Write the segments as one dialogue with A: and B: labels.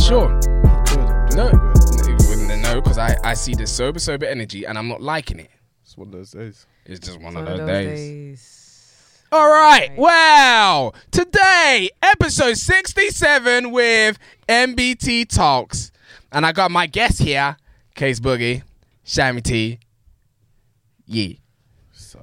A: sure.
B: I'm good. I'm
A: No,
B: doing good.
A: no, because I, I see the sober, sober energy and I'm not liking it.
B: It's one of those days.
A: It's just one,
C: It's
A: of those, Uh, days. All right. Wow. Today, episode 67 with MBT Talks. And I got my guest here, Case Boogie, Shammy T. Yee.
B: So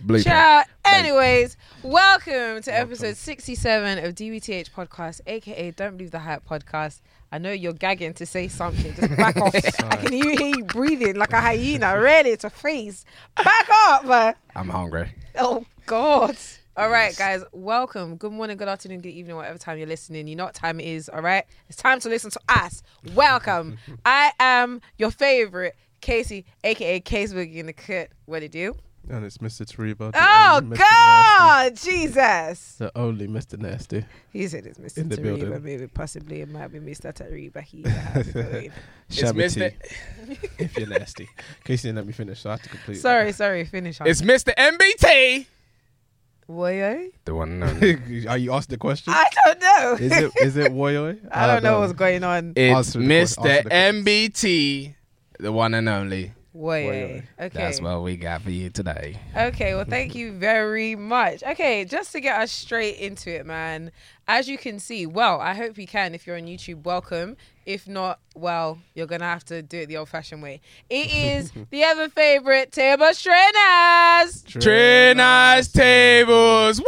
A: Blue.
C: Ciao. Anyways, welcome to episode 67 of DBTH Podcast, aka Don't Believe the Hype Podcast. I know you're gagging to say something. Just back off. I can hear hear you breathing like a hyena, ready to freeze. Back up, man.
A: I'm hungry.
C: Oh God. All right, guys. Welcome. Good morning, good afternoon, good evening, whatever time you're listening. You know what time it is, all right? It's time to listen to us. Welcome. I am your favorite, Casey, aka Case Boogie in the cut. What do you do?
B: and it's Mr. Tariba. the
C: Oh
B: only Mr. Nasty,
C: God, Jesus.
B: the only Mr. Nasty.
C: He said it's Mr.
B: In the
C: Tariba,
B: building.
C: maybe possibly it might be Mr. Tariba. He has it going.
B: Shabby
A: Mr.
B: T, if you're nasty. Casey didn't let me finish, so I have to complete. it.
C: Sorry, sorry, finish up.
A: It's Mr. MBT.
C: Woyo?
A: The one and only.
B: Are you asked the question?
C: I don't know.
B: is it is it Woyoi?
C: I don't know what's going on.
A: It's
B: Answer the question, answer
A: Mr.
B: the question.
A: MBT. The one and only.
C: Woyo. Okay.
A: That's what we got for you today.
C: Okay, well, thank you very much. Okay, just to get us straight into it, man. As you can see, well, I hope you can. If you're on YouTube, welcome. If not, well, you're gonna have to do it the old-fashioned way. It is the ever favorite Table Strainers.
A: Trainers, tables,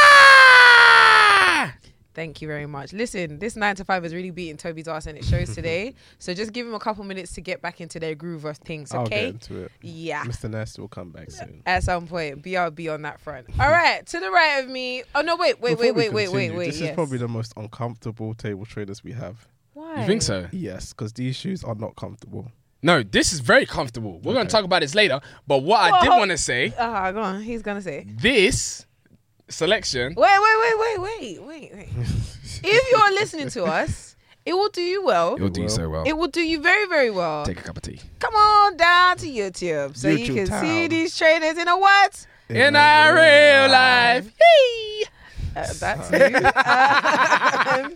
A: watch out!
C: Thank you very much. Listen, this nine to five is really beating Toby's ass, and it shows today. so just give him a couple minutes to get back into their groove of things.
B: I'll get
C: Okay.
B: into it.
C: Yeah.
B: Mr. Nasty will come back soon.
C: At some point, BRB on that front. All right, to the right of me. Oh no, wait, wait,
B: Before
C: wait,
B: we
C: wait, wait, wait,
B: continue,
C: wait.
B: This
C: yes.
B: is probably the most uncomfortable table traders we have.
C: Why?
A: You think so?
B: Yes, because these shoes are not comfortable.
A: No, this is very comfortable. We're going to
B: Okay.
A: talk about this later. But what I did
C: Whoa.
A: want to say,
C: Ah, go on. He's gonna say.
A: this selection,
C: Wait, wait, wait, wait, wait, wait, wait. if you are listening to us, it will do you well.
A: it'll do you so well.
C: It will do you very, very well.
A: Take a cup of tea.
C: Come on down to YouTube so you
B: YouTube
C: can
B: town.
C: see these trainers in a what?
A: In our real life. Hey!
C: Uh, that's you. Um,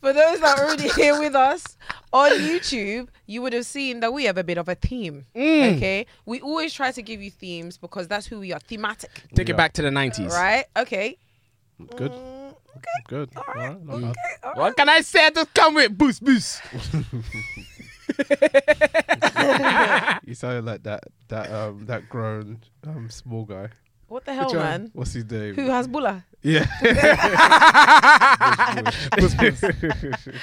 C: for those that are already here with us on YouTube, you would have seen that we have a bit of a theme. Okay, we always try to give you themes because that's who we are, thematic,
A: Take
B: Yeah.
A: it back to the 90s.
C: right? Okay,
B: Good,
C: Mm,
B: good. All right, not bad.
C: okay, all right.
A: What can I say? Just come with boost, boost.
B: You sounded like that that um that grown um small guy.
C: What the hell,
B: Which one?
C: Oh, man?
B: What's his name?
C: Who has Bula?
B: yeah.
C: Boogie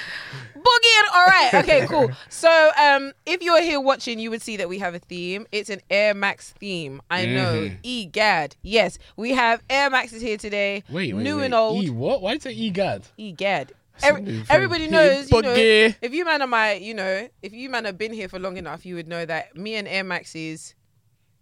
C: and all right. Okay, cool. So, um, if you're here watching, you would see that we have a theme. It's an Air Max theme. I know.
A: Mhm.
C: Egad. Yes, we have Air Maxes here today.
A: Wait, wait,
C: new
A: wait.
C: and old.
A: E what? Why did you say E-God?
C: Egad.
B: a
C: Every-
B: new thing.
C: everybody knows, you know,
A: Boogie.
C: if you man are my, you know, if you man have been here for long enough, you would know that me and Air Maxes.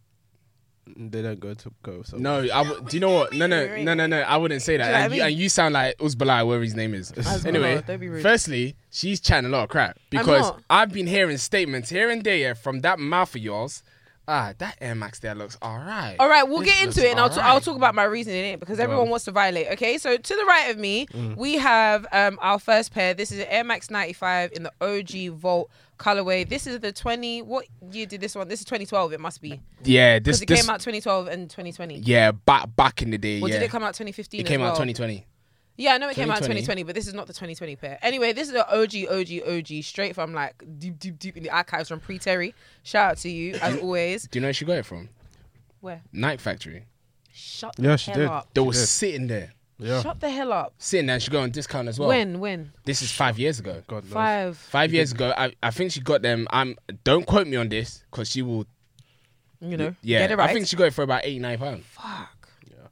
B: they don't go to go. So
A: No, I w- do you know what? No, no, no, no, no. I wouldn't say that.
C: Do you know what
A: and,
C: I
A: you,
C: mean?
A: and you sound like Uzbala, whatever his name is.
B: Uzbala,
A: anyway,
C: don't be rude.
A: firstly, she's chatting a lot of crap because
C: not.
A: I've been hearing statements here and there yeah, from that mouth of yours. Ah, that Air Max there looks all right.
C: All right, we'll
A: This
C: get into
A: looks
C: it, and I'll,
A: all
C: t- I'll
A: right.
C: talk about my reasoning in it because everyone
B: on.
C: wants to violate. Okay, so to the right of me,
A: Mm.
C: we have um, our first pair. This is an Air Max 95 in the OG Volt colorway. This is the 20. What year did this one? This is 2012. It must be
A: Yeah,
C: because
A: this
C: it
A: this
C: came out 2012 and 2020.
A: yeah back back in the day.
C: Or
A: yeah,
C: did it come out 2015?
A: It came
C: as
A: out
C: well?
A: 2020.
C: Yeah, I know it came out in 2020,
A: 2020.
C: but this is not the 2020 pair. Anyway, this is the OG, OG, OG, straight from like deep, deep, deep in the archives from pre Terry. Shout out to you as always.
A: Do you know where she got it from?
C: Where?
A: Night Factory.
C: Shut
B: Yeah,
C: the
B: she
C: hell
B: did.
C: up.
A: They were
B: did.
A: sitting there,
B: Yeah.
C: Shut the hell up.
A: sitting there. and She got on discount as well.
C: when? When?
A: This is five years ago.
B: God knows.
C: Five.
A: Five years ago, I, I think she got them. I'm don't quote me on this because she will.
C: You know.
A: Yeah,
C: Get it right.
A: I think she got it for about eighty nine pounds.
C: Fuck.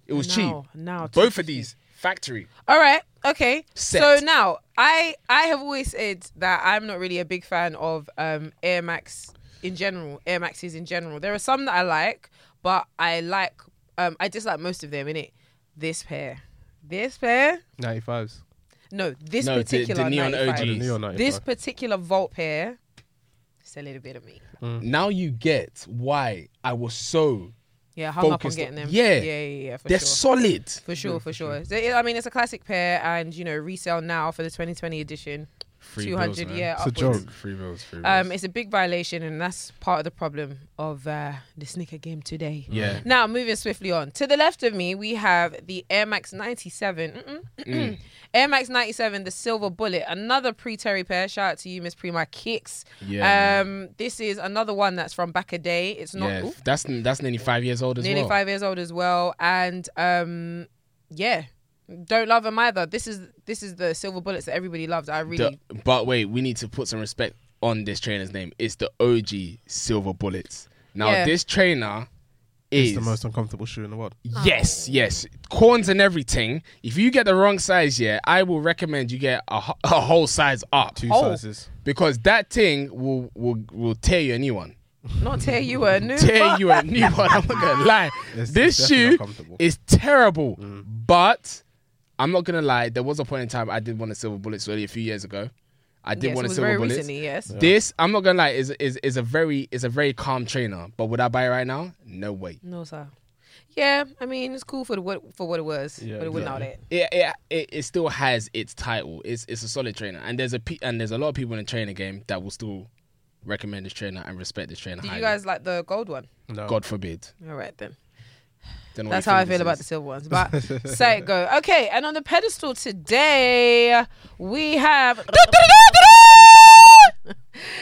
A: It was
C: now,
A: cheap.
C: Now.
A: Both of these factory.
C: All right. Okay.
A: Set.
C: So now I I have always said that I'm not really a big fan of um Air Max in general, Air Maxes in general. There are some that I like, but I like um I dislike most of them in it. This pair. This pair?
B: Ninety fives.
C: No, this
A: No, the- the
C: particular
A: neon
C: 95.
A: OG.
B: The neon ninety
C: This
B: five.
C: particular Volt pair. It's a little bit of me.
A: Now you get why I was so.
C: Yeah, hung up on
A: Focused on-
C: getting them.
A: Yeah.
C: Yeah, yeah, yeah. For
A: They're
C: sure.
A: solid.
C: For sure, for sure. So, yeah, I mean, it's a classic pair, and you know, resale now for the 2020 edition.
A: Free
C: 200
A: bills,
C: yeah
B: It's a
C: upwards.
B: joke.
A: Free bills, free bills.
C: Um, it's a big violation, and that's part of the problem of uh, the sneaker game today.
A: yeah.
C: Now, moving swiftly on. To the left of me, we have the Air Max 97. Mm-mm.
A: Mm.
C: Air Max 97, the silver bullet. Another pre Terry pair. Shout out to you, Miss Prima Kicks.
A: Yeah.
C: Um, this is another one that's from back a day. It's not
A: yeah.
C: ooh,
A: That's that's nearly five years old as
C: nearly
A: well.
C: five years old as well. And um, yeah, don't love them either. This is this is the silver bullets that everybody loves. I really
A: The- but wait, we need to put some respect on this trainer's name. It's the OG Silver Bullets. Now
C: Yeah.
A: this trainer is
B: It's the most uncomfortable shoe in the world.
C: Oh.
A: Yes, yes. Corns and everything. If you get the wrong size, yeah, I will recommend you get a, ho- a whole size up
B: Two
C: Oh.
B: sizes.
A: because that thing will will will tear you a new one.
C: not tear you a new
A: Tear
C: one.
A: you a new one. I'm not gonna lie.
B: It's-
A: this
B: it's definitely
A: shoe
B: not comfortable. Mm.
A: is terrible, but I'm not gonna lie. There was a point in time I did want a silver bullet really a few years ago. I did
C: Yes,
A: want
C: it
A: a
C: was
A: silver
C: very
A: bullet.
C: recently. Yes.
A: This I'm not gonna lie is is is a very is a very calm trainer. But would I buy it right now? No way.
C: No, sir. Yeah, I mean it's cool for the, what for what it was,
B: Yeah,
C: but it wasn't all
B: exactly.
C: that.
A: it, it it it still has its title. It's it's a solid trainer, and there's a pe- and there's a lot of people in the trainer game that will still recommend this trainer and respect this trainer.
C: Did
A: highly.
C: you guys like the gold one?
B: No.
A: God forbid.
C: All right then.
A: Don't know what
C: That's
A: you
C: how I
A: think
C: feel about the
A: this.
C: silver ones. But say it go. Okay, and on the pedestal today we have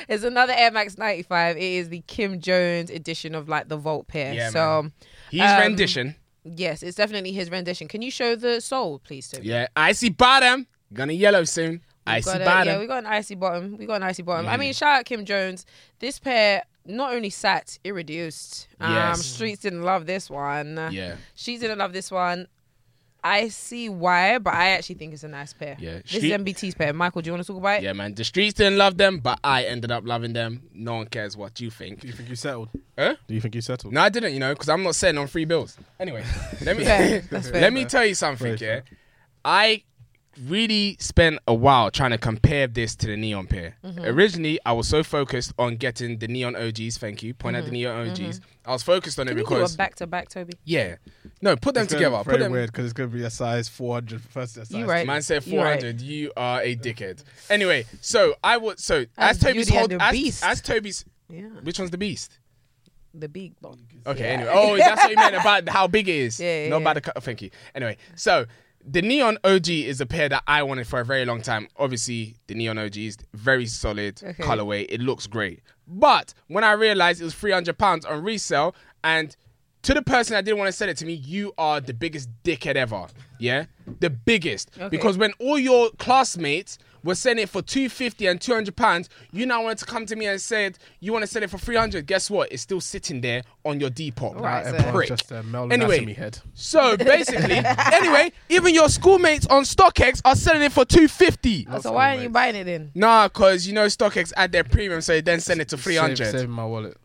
C: It's another Air Max 95. It is the Kim Jones edition of like the Volt pair.
A: Yeah,
C: so
A: is. He's
C: Um,
A: rendition.
C: yes, it's definitely his rendition. Can you show the sole, please, Toby?
A: Yeah, icy bottom. Gonna yellow soon.
C: We
A: Icy
C: got a-
A: bottom.
C: Yeah, we got an icy bottom. We got an icy bottom. I mean, shout out Kim Jones. This pair not only sat, it reduced. Um,
A: Yes.
C: Streets didn't love this one.
A: yeah,
C: She didn't love this one. I see why, but I actually think it's a nice pair.
A: Yeah,
C: This
A: she-
C: is MBT's pair. Michael, do you want to talk about it?
A: yeah, man. The streets didn't love them, but I ended up loving them. No one cares what you think.
B: Do you think you settled?
A: Huh?
B: Do you think you settled?
A: No, I didn't, you know, because I'm not setting on free bills. Anyway, let me
C: Fair, that's fair.
A: let me tell you something,
B: Very
A: yeah.
B: fair.
A: I really spent a while trying to compare this to the neon pair.
C: Mm-hmm.
A: Originally, I was so focused on getting the neon OGs. Thank you. Point out the neon OGs. I was focused on it
C: Mm-hmm. Can you do a
A: because
C: back to back, Toby?
A: yeah, no, put them
B: It's gonna be
A: together.
B: Very
A: Put them.
B: weird because it's gonna be a size 400 first. A size
C: You right.
A: Man said
C: You're right.
A: 400. You are a dickhead. Anyway, so I would so
C: That's
A: as Toby's
C: Beauty and
A: hold
C: the
A: as,
C: Beast.
A: as Toby's
C: Yeah,
A: which one's the beast?
C: the big one.
A: Okay,
C: Yeah.
A: anyway. Oh, that's what you meant about how big it is.
C: Yeah, yeah,
A: Not
C: yeah.
A: about the cut. Thank you. Anyway, so the Neon OG is a pair that I wanted for a very long time. Obviously, the Neon OG is very solid
C: Okay.
A: colorway. It looks great. But when I realized it was £300 on resale, and to the person that didn't want to sell it to me, you are the biggest dickhead ever. Yeah? The biggest.
C: Okay.
A: Because when all your classmates were selling it for 250 and 200 pounds, you now wanted to come to me and said you want to sell it for 300. Guess what? It's still sitting there on your Depop.
C: Right,
A: Nah,
C: so-
A: everyone's
B: Prick.
A: Just,
B: Just um,
A: uh,
B: a
A: male
B: male
A: anatomy
B: anatomy head.
A: so basically, anyway, even your schoolmates on StockX are selling it for 250.
C: So why aren't you buying it then?
A: Nah, cause you know StockX add their premium, so they then send it to 300.
B: Save, saving my wallet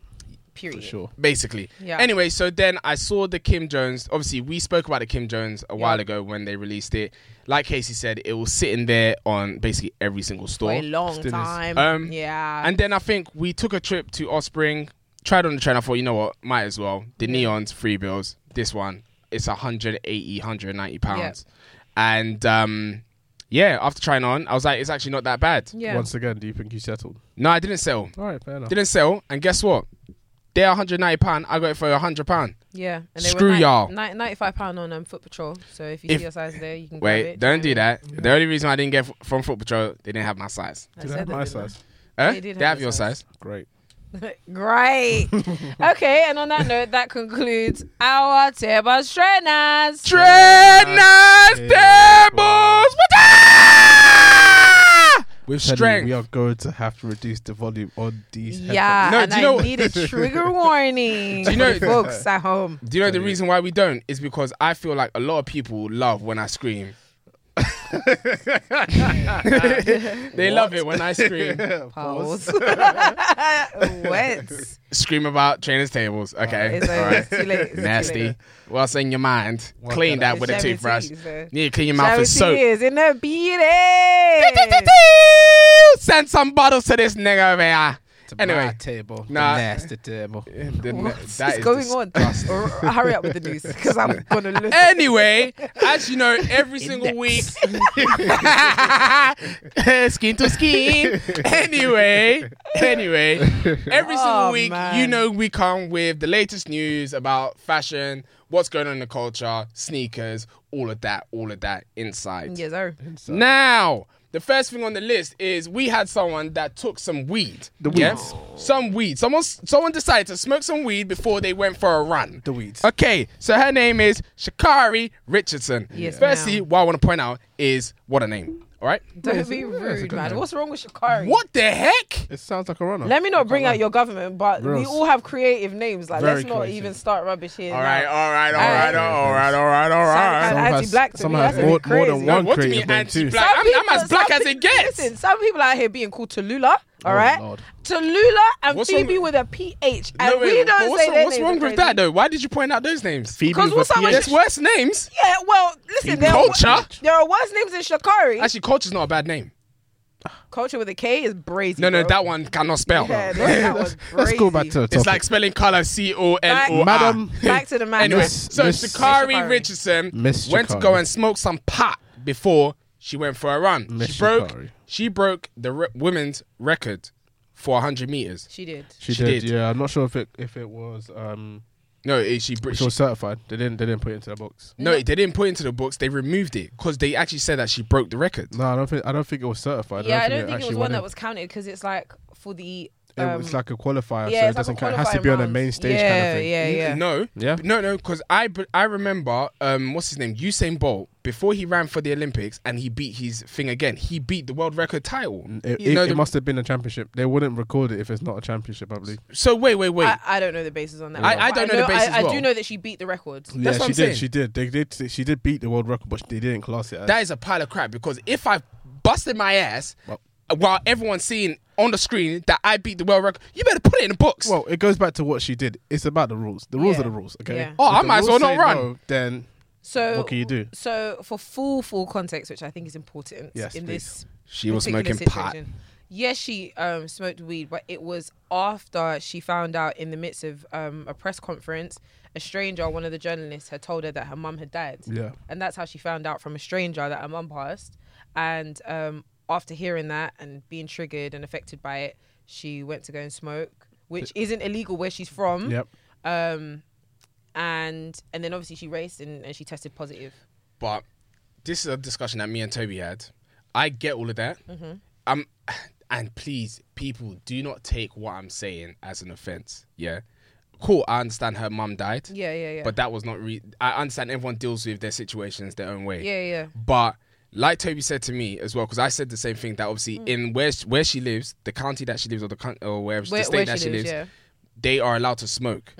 C: Period.
B: for sure.
A: Basically.
C: Yeah.
A: Anyway, so then I saw the Kim Jones. Obviously, we spoke about the Kim Jones a while
C: Yeah.
A: ago when they released it. Like Casey said, it was sitting there on basically every single store.
C: For a long
B: Still is.
C: time.
A: Um,
C: yeah.
A: And then I think we took a trip to Offspring, tried on the train. I thought, you know what, might as well. The Neon's free bills. This one, it's 180, 190 pounds. And um, yeah, after trying on, I was like, it's actually not that bad.
C: yeah.
B: Once again, do you think you settled?
A: No, I didn't sell.
B: All right, fair enough.
A: Didn't sell. And guess what? They're 190 pound. I got it for 100 pound.
C: Yeah, and
A: Screw y'all.
C: Ni- Ninety-five pound on um, Foot Patrol. So if you
A: If-
C: see your size there, you can. grab
A: Wait,
C: it.
A: don't do that. The only reason I didn't get f- from Foot Patrol, they didn't have my size.
C: I
B: Did I
C: said
B: have
C: that,
B: my
C: didn't I?
B: size?
A: Eh?
C: They did
A: They
C: have
A: have
C: my
A: your
C: size.
A: size.
B: Great.
C: Great. okay, and on that note, that concludes our Teba Strainers.
A: Trainers, tables,
B: tables.
A: what- with
B: Teddy,
A: strength.
B: We are going to have to reduce the volume on these.
C: Yeah,
A: No,
C: and
A: do you know-
C: I need a trigger warning.
A: Do you know-
C: for folks at home?
A: Do you know the reason why we don't? Is because I feel like a lot of people love when I scream. they love it when I scream.
B: headphones.
C: Pause. Wet.
A: Scream about trainers tables. Okay.
C: It's
A: All
C: over.
A: right.
C: It's too late. It's too
A: Nasty.
C: late.
A: What's in your mind? Clean
B: can I-
A: that with a
C: It's
A: toothbrush.
C: shabby teas,
A: Yeah, clean your
C: uh,
A: mouth with
C: shabby
A: soap.
C: teas in the beating.
A: Send some bottles to this nigga over here. Anyway.
B: my table,
A: Nah.
B: the nasty table.
A: The ne-
C: What's
A: that is
C: going
A: dis-
C: on? Or, hurry up with the news because I'm gonna listen.
A: Anyway, as you know, every single week, skin to skin. Anyway, anyway, every single
C: Oh,
A: week,
C: man.
A: you know, we come with the latest news about fashion, what's going on in the culture, sneakers, all of that, all of that inside.
C: Yes, sir.
A: Now, the first thing on the list is we had someone that took some weed. The
B: weed.
A: Some weed. Someone someone decided to smoke some weed before they went for a run.
B: The weeds.
A: Okay, so her name is Shakari Richardson.
C: Yes,
A: Firstly,
C: ma'am.
A: what I want to point out is what a name. All right.
C: Don't be rude, man. What's wrong with Shakari?
A: What the heck?
B: It sounds like a runner.
C: Let me not bring out your government, but we
B: Real.
C: all have creative names. Like,
B: Very
C: let's not
B: creative.
C: even start rubbish here.
A: All right.
C: now.
A: All right. All right. All right. All right. All
C: Sound
A: right.
C: like anti-black to me,
B: somehow
C: that's a
B: more,
C: bit
B: more than
C: crazy.
B: one
A: What do you
B: creative
A: mean
B: name too.
A: anti-black? Oh, I'm- I'm as black
C: some
A: as it
C: people-
A: gets.
C: Listen, some people out here being called Tallulah, all
B: Oh,
C: right?
B: Lord.
C: Tallulah and
A: What's wrong
C: Phoebe
A: with-
C: with a PH. And
A: No, wait,
C: we
A: but
C: don't
A: what's
C: say their
A: wrong, what's
C: names
A: wrong
C: are
A: with
C: crazy.
A: that though? Why did you point out those names?
C: Because what's up
A: There's
C: with
A: worse names.
C: Yeah, well, listen, there are,
A: Culture?
C: there are worse names than Shakari.
A: Actually, culture's not a bad name.
C: Culture with a K is brazy.
A: No, no,
C: bro.
A: that one cannot spell.
C: Yeah, that was
B: Let's go back
C: brazy.
B: to the topic.
A: It's like spelling color C O N O R.
B: Madam.
C: Back to the man.
A: Anyway,
B: Miss-
A: so
B: Miss-
A: Shakari
C: Shikari.
A: Richardson
B: Miss
A: went to
B: Shikari.
A: go and smoke some pot before she went for a run.
B: Miss
A: she broke.
B: Shikari.
A: She broke the re- women's record for 100 meters.
C: She did.
B: she,
A: she
B: did,
A: did.
B: Yeah, I'm not sure if it if it was um
A: No, it, she, br-
B: if
A: she
B: it was certified. They didn't they didn't put it into the box.
A: no, they didn't put it into the books. They removed it because they actually said that she broke the record.
B: No, I don't think I don't think it was certified.
C: yeah, I don't think it was
B: actually
C: one
B: went
C: that
B: in.
C: was counted because it's like for the.
B: It
C: Um,
B: was like a qualifier,
C: yeah,
B: so
C: it's
B: it doesn't
C: like a
B: count. It has to
C: qualifying
B: be on a
C: round.
B: main stage
C: yeah,
B: kind of thing.
C: Yeah, yeah,
A: No.
B: Yeah.
A: No, no, because I b- I remember um what's his name Usain Bolt before he ran for the Olympics and he beat his thing again. He beat the world record title.
B: It,
A: You
B: it-
A: know
B: it
A: the-
B: must have been a championship. They wouldn't record it if it's not a championship, I believe.
A: So wait, wait, wait.
C: I, I don't know the basis on that.
A: I-
C: one,
A: I
C: but
A: don't know the basis
C: I, I
A: well.
C: do know that she beat the records.
A: That's
B: yeah,
A: what
B: she
A: I'm
B: did.
A: saying.
B: She did. They did. She did beat the world record, but they didn't class it. As,
A: That is a pile of crap because if I busted my ass
B: Well-
A: while everyone's seeing on the screen that I beat the world record, you better put it in the books.
B: well, it goes back to what she did. It's about the rules. The rules
C: Yeah.
B: are the rules. Okay.
C: Yeah.
A: Oh,
B: If
A: I
B: the
A: might as
B: rules
A: well not
B: say
A: run.
B: no, then
C: So
B: What can you do?
C: So for full full context, which I think is important
B: Yes,
C: in
B: please.
C: this
A: she was
C: particular
A: smoking pot.
C: situation. Yes, she um, smoked weed, but it was after she found out in the midst of um, a press conference, a stranger, one of the journalists, had told her that her mum had died.
B: Yeah.
C: And that's how she found out from a stranger that her mum passed. And um, after hearing that and being triggered and affected by it, she went to go and smoke, which isn't illegal where she's from.
B: Yep.
C: Um, and and then obviously she raced and, and she tested positive.
A: But this is a discussion that me and Toby had. I get all of that. Um, and please, people, do not take what I'm saying as an offense. Yeah. Cool, I understand her mum died.
C: Yeah, yeah, yeah.
A: But that was not re- I understand everyone deals with their situations their own way.
C: yeah, yeah.
A: But like Toby said to me as well, because I said the same thing that obviously
C: Mm.
A: in where sh- where she lives, the county that she lives, or the coun or wherever
C: Where-
A: the state
C: where
A: that
C: she
A: she lives,
C: lives, yeah. Mm-hmm.
A: they are allowed to smoke.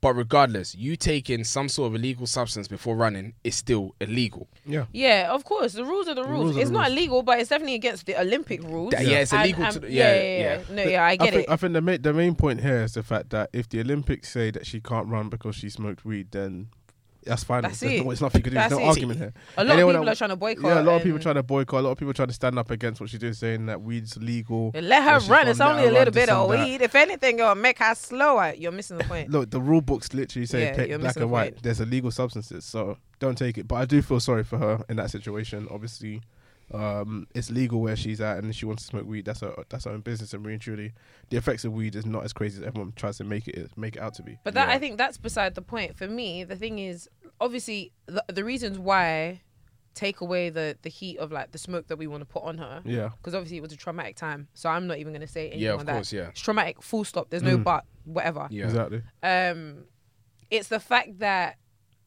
A: But regardless, you taking some sort of illegal substance before running is still illegal.
B: Yeah.
C: Yeah, of course. The rules are the rules.
B: rules are
C: it's
B: the
C: not
B: rules.
C: illegal, but it's definitely against the Olympic rules.
A: Yeah, yeah, it's illegal to- yeah,
C: yeah, yeah,
A: yeah.
C: No, yeah, I get
B: think,
C: it.
B: I think the main the main point here is the fact that if the Olympics say that she can't run because she smoked weed, then that's fine.
C: That's
B: There's
C: it.
B: no- it's nothing you can do.
C: That's
B: There's no
C: it.
B: argument here.
C: A lot of
B: Anyone
C: people
B: that-
C: are trying to boycott.
B: Yeah, a lot of people
C: and-
B: trying to boycott. A lot of people trying to stand up against what she did, saying that weed's legal.
C: and Let her
B: where she's
C: run.
B: from,
C: It's
B: let
C: only
B: her
C: a little
B: run, this
C: bit of
B: and that.
C: weed. If anything, it'll make her slower. You're missing the point.
B: Look, the rule books literally say
C: Yeah,
B: pla-
C: you're
B: black
C: missing
B: and
C: the
B: white.
C: point.
B: There's illegal substances, so don't take it. But I do feel sorry for her in that situation. Obviously, um, it's legal where she's at, and she wants to smoke weed. That's her. That's her own business. And really, and truly, the effects of weed is not as crazy as everyone tries to make it make it out to be.
C: But that
A: Yeah.
C: I think that's beside the point. For me, the thing is obviously the, the reasons why take away the the heat of like the smoke that we want to put on her.
B: Yeah.
C: Because obviously it was a traumatic time. So I'm not even gonna say anything
A: Yeah, of
C: on that.
A: course, yeah.
C: It's traumatic. Full stop. There's no but. Whatever.
A: Yeah.
B: Exactly.
C: um, it's the fact that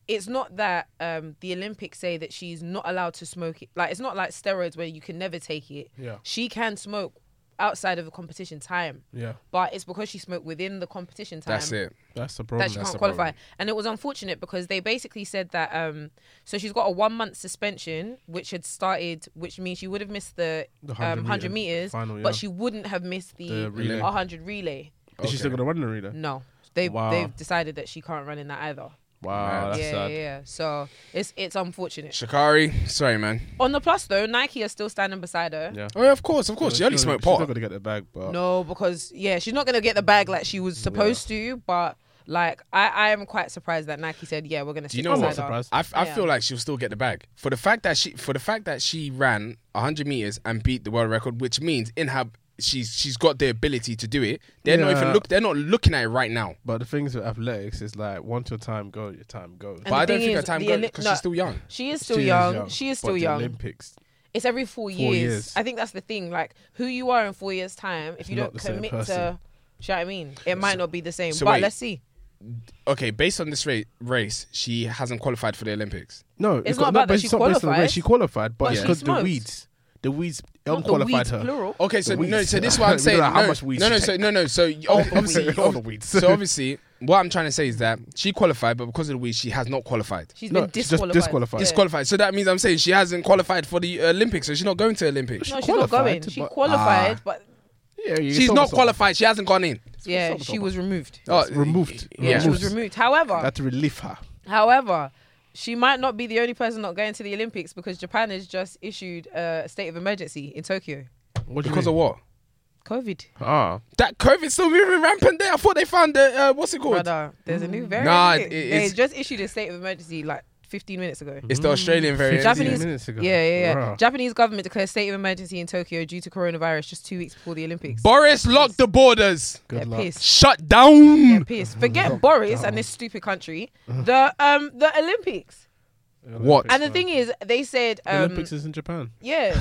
C: it's not that um, the Olympics say that she's not allowed to smoke it. Like it's not like steroids where you can never take it.
B: Yeah.
C: She can smoke outside of the competition time,
B: Yeah,
C: but it's because she smoked within the competition time
A: That's it.
B: that's the
C: that
B: problem.
C: she
A: That's
C: can't
A: the problem.
C: qualify. And it was unfortunate because they basically said that. Um, so she's got a one month suspension, which had started, which means she would have missed the,
B: The 100
C: um, 100
B: meter
C: meters,
B: final, yeah.
C: but she wouldn't have missed the,
B: The relay.
C: 100 relay.
B: Is she still
A: Okay.
B: gonna run the relay?
C: No. They've,
B: Wow.
C: they've decided that she can't run in that either.
B: Wow, that's
C: yeah,
B: sad.
C: yeah, yeah. So it's it's unfortunate.
A: Shakari, sorry, man.
C: On the plus though, Nike are still standing beside her.
B: Yeah.
A: Oh, yeah, of course, of course. She only
B: She's
A: smoked
B: She's not
A: pot.
B: gonna get the bag, but
C: No, because yeah, she's not gonna get the bag like she was supposed to. But like, I I am quite surprised that Nike said, yeah, we're gonna.
A: Do you
C: stick
A: know
B: I'm
A: what?
C: beside
B: not
C: her.
B: surprised.
A: I, f- I
C: Yeah.
A: feel like she'll still get the bag for the fact that she for the fact that she ran 100 meters and beat the world record, which means in her she's she's got the ability to do it. They're not even
B: Yeah.
A: look. They're not looking at it right now.
B: But the things with athletics is like once your time goes, your time goes.
C: And
A: But
C: the
A: I don't
C: thing
A: think her
C: is,
A: time
C: the
A: goes
C: Oli-
A: because
C: no.
A: she's still young.
C: She is still young. She is
B: but
C: still
B: the
C: young.
B: Olympics.
C: It's every four,
B: Four
C: years.
B: years.
C: I think that's the thing. Like who you are in four years' time, if you
B: not
C: don't
B: the same
C: commit to,
B: person.
C: do you know what I mean? It might not be the same.
A: so
C: but
A: wait.
C: let's see.
A: Okay, based on this ra- race, she hasn't qualified for the Olympics.
B: No,
C: It's not about that
B: but
C: she
B: not based on the race.
C: qualified.
B: She qualified, but
C: But
B: it's
C: she
B: because the
C: smoked.
B: weeds, the weeds
C: Not the
B: unqualified
C: weeds,
B: her.
C: plural.
A: Okay, so
B: The
A: no,
B: weeds.
A: so this is what I'm
B: We don't
A: saying.
B: know how
A: no,
B: much weeds
A: no, no,
B: she
A: so
B: take.
A: no, no. So ob- obviously,
B: weeds. All the weeds.
A: so obviously, what I'm trying to say is that she qualified, but because of the weeds, she has not qualified.
C: She's
B: No,
C: been
B: she's just
C: disqualified.
B: disqualified.
C: Yeah.
A: Disqualified. So that means I'm saying she hasn't qualified for the Olympics, so she's not going to Olympics.
C: No, she's not
B: qualified,
C: going. She
B: but- Ah.
C: qualified, but
B: Yeah, you
A: She's
B: saw
A: not
B: this one.
A: qualified. She hasn't gone in.
C: yeah,
B: Stop,
C: she
B: stop.
C: was removed.
A: Oh,
B: Removed.
C: Yeah, she was
B: Removed.
C: removed. However,
B: That to relieve her.
C: However, she might not be the only person not going to the Olympics because Japan has just issued a state of emergency in Tokyo.
B: What
A: Because of what?
C: COVID.
B: Ah,
A: That COVID's still moving rampant there. I thought they found the uh, what's it called?
C: Brother, there's a
B: Mm.
C: new variant.
A: Nah, it-
C: they
A: it's-
C: just issued a state of emergency like 15 minutes ago.
A: It's the Australian variant.
C: Mm. Japanese,
B: minutes ago.
C: yeah, yeah, yeah.
B: Bruh.
C: Japanese government declared state of emergency in Tokyo due to coronavirus just two weeks before the Olympics.
A: Boris locked the borders.
B: good
C: They're
B: luck.
C: pissed.
A: Shut down.
C: They're pissed. Forget Boris and this stupid country. The um the Olympics.
A: What?
C: And the thing is, they said
B: The
C: um
B: Olympics is in Japan.
C: yeah.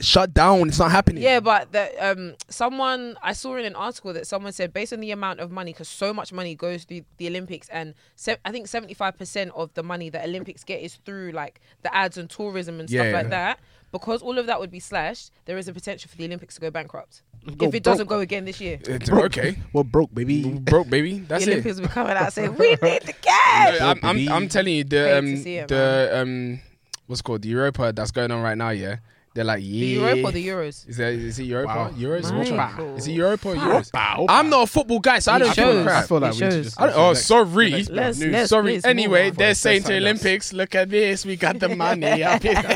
A: Shut down. It's not happening.
C: Yeah, but that um, someone I saw in an article that someone said based on the amount of money, because so much money goes through the Olympics, and se- I think seventy five percent of the money that Olympics get is through like the ads and tourism and stuff
A: Yeah,
C: like
A: yeah.
C: that. Because all of that would be slashed, there is a potential for the Olympics to go bankrupt
B: Go
C: if it doesn't go again this year.
A: It's Uh, okay.
B: Well, broke baby.
A: Broke baby. That's
C: the
A: it.
C: Olympics will be coming out and say, "We need the cash."
A: I'm, I'm, I'm telling you the um,
C: Great to see it,
A: the um, what's it called the Europa that's going on right now. Yeah, they're like
C: The
A: yeah.
C: Europe or the Euros?
A: Is, there, is it Europa?
B: Wow.
A: Euros?
C: Michael.
A: Which one? Is it Europa or Euros?
B: Wow.
A: I'm not a football guy, so I
C: It
A: don't give a
C: shows.
A: crap.
B: I feel like
C: It
B: we should
C: shows.
B: just.
A: I don't- oh, sorry.
B: Next bit.
C: Let's-
B: News.
C: let's-
A: Sorry.
C: please move
A: Anyway,
C: on.
A: they're
B: Let's
A: saying to
B: something else.
A: Olympics, look at this. We got the money up here.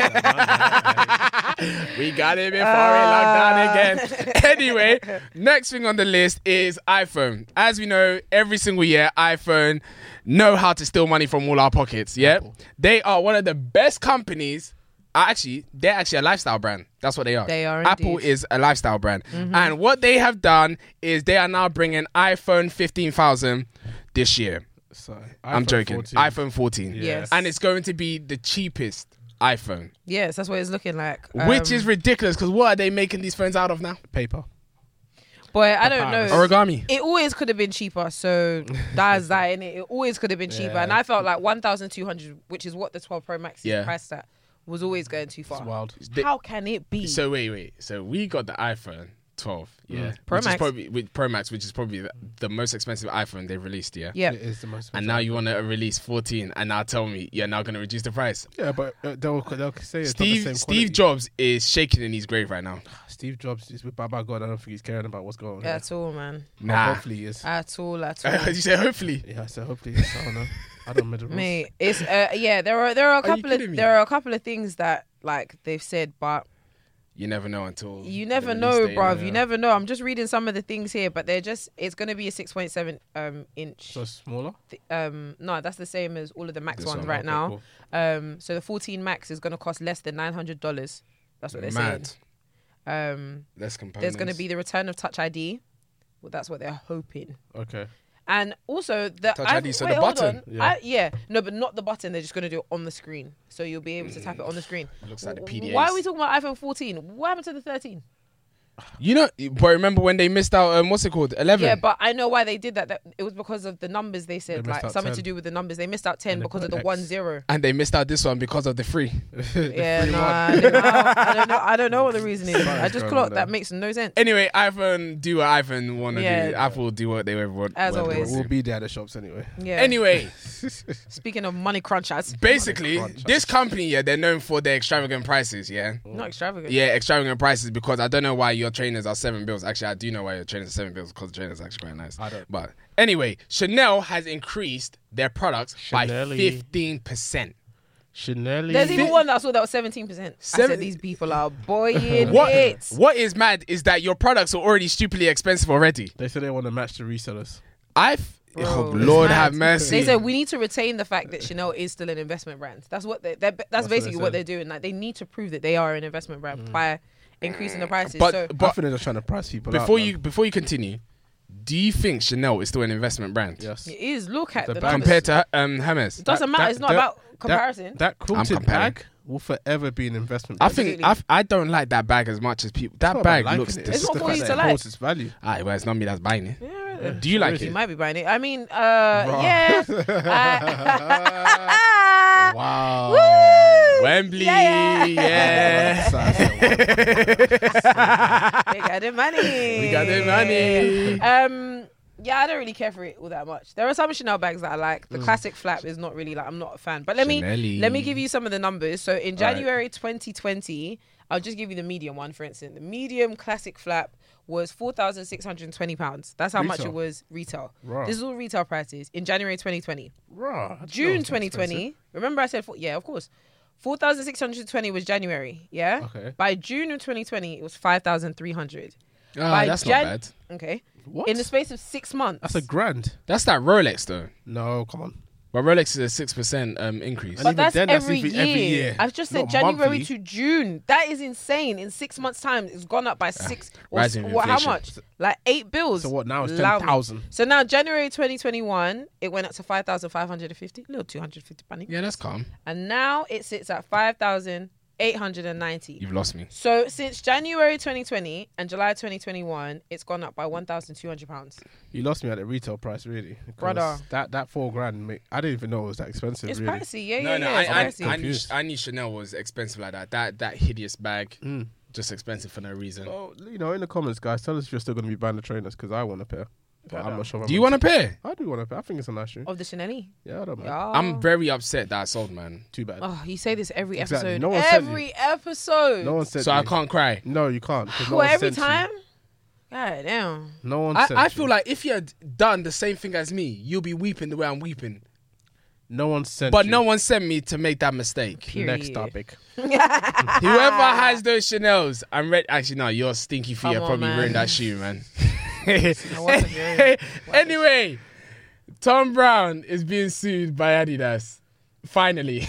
A: we got it before
C: Ah.
A: it locked down again. Anyway, next thing on the list is iPhone. As we know, every single year, iPhone know how to steal money from all our pockets. Yeah, they are one of the best companies. Uh, Actually, they're actually a lifestyle brand. That's what they are.
C: They are
A: Apple
C: indeed. Mm-hmm.
A: is a lifestyle brand. And what they have done is they are now bringing iPhone 15,000 this year.
B: Sorry.
A: I'm
B: iPhone
A: joking.
B: 14.
A: iPhone 14.
C: Yes.
A: And it's going to be the cheapest iPhone,
C: Yes, that's what it's looking like.
A: which
C: Um,
A: is ridiculous because what are they making these phones out of now?
B: paper.
C: boy, I don't know.
B: papyrus.
A: Origami.
C: it always could have been cheaper. So that's that in it. It always could have been cheaper,
B: Yeah.
C: and I felt like one thousand two hundred, which is what the twelve Pro Max is
A: Yeah.
C: priced at, was always going too far.
B: It's wild.
A: The-
C: How can it be?
A: So wait, wait. So we got the iPhone 12, yeah,
C: Mm. Pro
A: which is
C: Max.
A: probably with Pro Max, which is probably the, the most expensive iPhone they released, yeah.
C: yeah,
B: It is the most.
A: And now you want to release 14, and now tell me you're now going to reduce the price.
B: Yeah, but uh, they'll, they'll say it's not the same
A: Steve Steve
B: quality. Oh,
A: Jobs is shaking in his grave right now.
B: Steve Jobs is with Baba God. I don't think he's caring about what's going on. here.
C: at all, man,
B: But
A: Nah.
B: Hopefully he is.
C: at all, at all.
A: you say hopefully.
B: Yeah, so hopefully he is. I don't know. I don't know the rules.
C: Mate, it's uh, yeah. There are there are a
A: you
C: couple
A: kidding
C: of
A: me?
C: there are a couple of things that like they've said, but
A: You never know until
C: you
A: the
C: never
A: release
C: know,
A: date,
C: bruv.
A: yeah.
C: You never know. I'm just reading some of the things here, but they're just it's going to be a six point seven um inch.
B: So smaller.
C: th- um no that's the same as all of the max
A: This
C: ones
A: one,
C: right
B: okay,
C: now
B: cool.
C: um so the 14 max is going to cost less than 900 dollars that's what they're
A: Mad.
C: saying um
A: That's components.
C: there's going to be the return of touch id well that's what they're hoping
B: Okay.
C: and also the
A: Touch
C: I-
A: ID, so
C: wait,
A: the
C: hold
A: button.
C: on.
B: Yeah.
C: I- yeah no but not the button they're just going to do it on the screen so you'll be able to tap it on the screen
A: Looks like the
C: W-
A: PDAs.
C: why are we talking about iphone 14 what happened to the 13
A: You know, but remember when they missed out? Um, what's it called? Eleven.
C: yeah but i know why they did that, that it was because of the numbers they said
B: They missed
C: like
B: out
C: something
B: 10.
C: to do with the numbers they missed out 10
B: And they
C: because
B: put
C: of the
B: X.
C: one zero
A: and they missed out this one because of the free.
C: Yeah, no, I don't, know. I don't know. I don't know what the reason is. but I just
B: going on
C: clocked
B: there.
C: that makes no sense.
A: Anyway, iPhone do what iPhone want to
C: Yeah.
A: do. Apple do what they want.
C: As
A: what they
C: always.
A: want
B: We'll
A: to do.
B: be there at the shops anyway.
C: Yeah.
A: Anyway,
C: speaking of money crunchers,
A: basically,
B: crunch.
A: this company yeah, they're known for their extravagant prices. Yeah.
C: not extravagant.
A: Yeah, extravagant prices because I don't know why your trainers are seven bills. Actually, I do know why your trainers are seven bills because the trainers are actually quite nice.
B: I don't.
A: But anyway, Chanel has increased their products by
B: Chanel-y.
A: fifteen percent.
B: Chanel.
C: There's even one that I saw that was 17%. I
A: Seven-
C: said, these people are boying
A: What
C: it.
A: what is mad is that your products are already stupidly expensive already.
B: They said they want to match the resellers.
A: I've
C: Bro,
A: oh,
C: it's
A: Lord
C: mad.
A: have mercy.
C: They said we need to retain the fact that Chanel is still an investment brand. That's what they, they're, that's,
B: what they
C: basically what
B: said.
C: they're doing. Like they need to prove that they are an investment brand by increasing the prices.
A: But-
C: so
B: But um, I think they're just trying to price people out,
A: before
B: man.
A: you before you continue, do you think Chanel is still an investment brand
B: yes,
C: it is look at
B: The
C: the
B: brand-
C: numbers.
A: compared to um, Hermes?
C: It doesn't matter.
B: That-
C: it's not
B: that-
C: about
B: that-
C: comparison.
B: That
A: I'm
B: quilted
A: comparing.
B: bag will forever be an investment.
A: I
B: brand.
A: think
C: Absolutely.
A: I, I don't like that bag as much as people.
B: It's not
A: That
B: about
A: bag
B: liking
A: looks
B: it.
C: It's not
B: the
C: for
B: fact
C: you
B: that
A: disgusting.
C: to
B: it
C: like.
B: holds its value.
A: Alright, well, it's not me that's buying it.
C: yeah,
A: Do you like
C: you
A: it?
C: might be buying it. I mean, uh, yeah. I-
B: Wow.
A: Wembley, yeah.
C: Yeah, yeah.
B: Yeah.
C: they got the money.
A: we got the money.
C: Um, yeah, I don't really care for it all that much. There are some Chanel bags that I like. The classic flap is not really like I'm not a fan. But let me
A: Mm. Chanel-y.
C: let me give you some of the numbers. So in
B: right.
C: January 2020, I'll just give you the medium one for instance. The medium classic flap was four thousand six hundred twenty pounds. That's how much
B: Retail.
C: it was retail.
B: Right.
C: This is all retail prices in January 2020.
B: Raw.
C: June 2020. Remember, I said four, yeah, of course. 4,620 was January. Yeah.
B: Okay.
C: By June of 2020, it was 5,300.
A: Ah,
C: By
A: that's
C: Jan-
A: not bad.
C: Okay.
B: What?
C: In the space of six months.
B: That's a grand.
A: That's that Rolex though.
B: No, come on.
A: But Rolex is a six percent um, increase.
B: And
C: but
B: even
C: that's,
B: then, that's
C: every,
B: if it-
C: year.
B: every year,
C: I've just said
B: not
C: January
B: monthly.
C: to June. That is insane. In six months' time, it's gone up by
B: Ah,
C: six. Or,
A: rising
C: or how
A: inflation.
C: much? Like eight bills.
B: So what now? It's
C: Allow me.
B: 10,000.
C: So now January 2021, it went up to 5,550, little 250 bunny.
A: yeah, that's calm.
C: And now it sits at 5,890.
A: You've lost me.
C: So since January 2020 and July 2021, it's gone up by 1,200 pounds.
B: You lost me at the retail price, really. 'cause
C: Brother.
B: That that four grand, mate, I didn't even know it was that expensive,
C: It's
B: really.
C: pricey, yeah,
A: No,
C: yeah,
A: no,
C: yeah.
A: I, I,
C: it's pricey.
A: I, knew,
B: Confused.
A: I knew Chanel was expensive like that. That that hideous bag, just expensive for no reason.
B: Oh, you know, in the comments, guys, tell us if you're still going to be buying the trainers because I want a pair. But I'm not sure.
A: Do you want
B: to?
A: a pair?
B: I do want a pair. I think it's a nice shoe.
C: of the Chanel.
B: Yeah, I don't mind.
C: Oh.
A: I'm very upset that I sold, man.
B: Too bad.
C: oh, you say this every
B: Exactly.
C: episode.
B: No one said you.
C: every episode.
B: No one said.
A: So I
B: you.
A: can't cry.
B: No, you can't. 'cause no
C: well,
B: one
C: every
B: sent you.
C: time. God damn.
B: No one.
A: I,
B: sent
A: I
B: you.
A: feel like if you had done the same thing as me, you'll be weeping the way I'm weeping.
B: no one sent.
A: But
B: you.
A: no one sent me to make that mistake.
C: Period.
B: Next topic.
A: Whoever has those Chanel's, I'm ready. Actually, no, your stinky feet
C: Come
A: have
C: on,
A: probably
C: man.
A: ruined that shoe, man.
C: want to hear
A: anyway, Tom Brown is being sued by Adidas. Finally.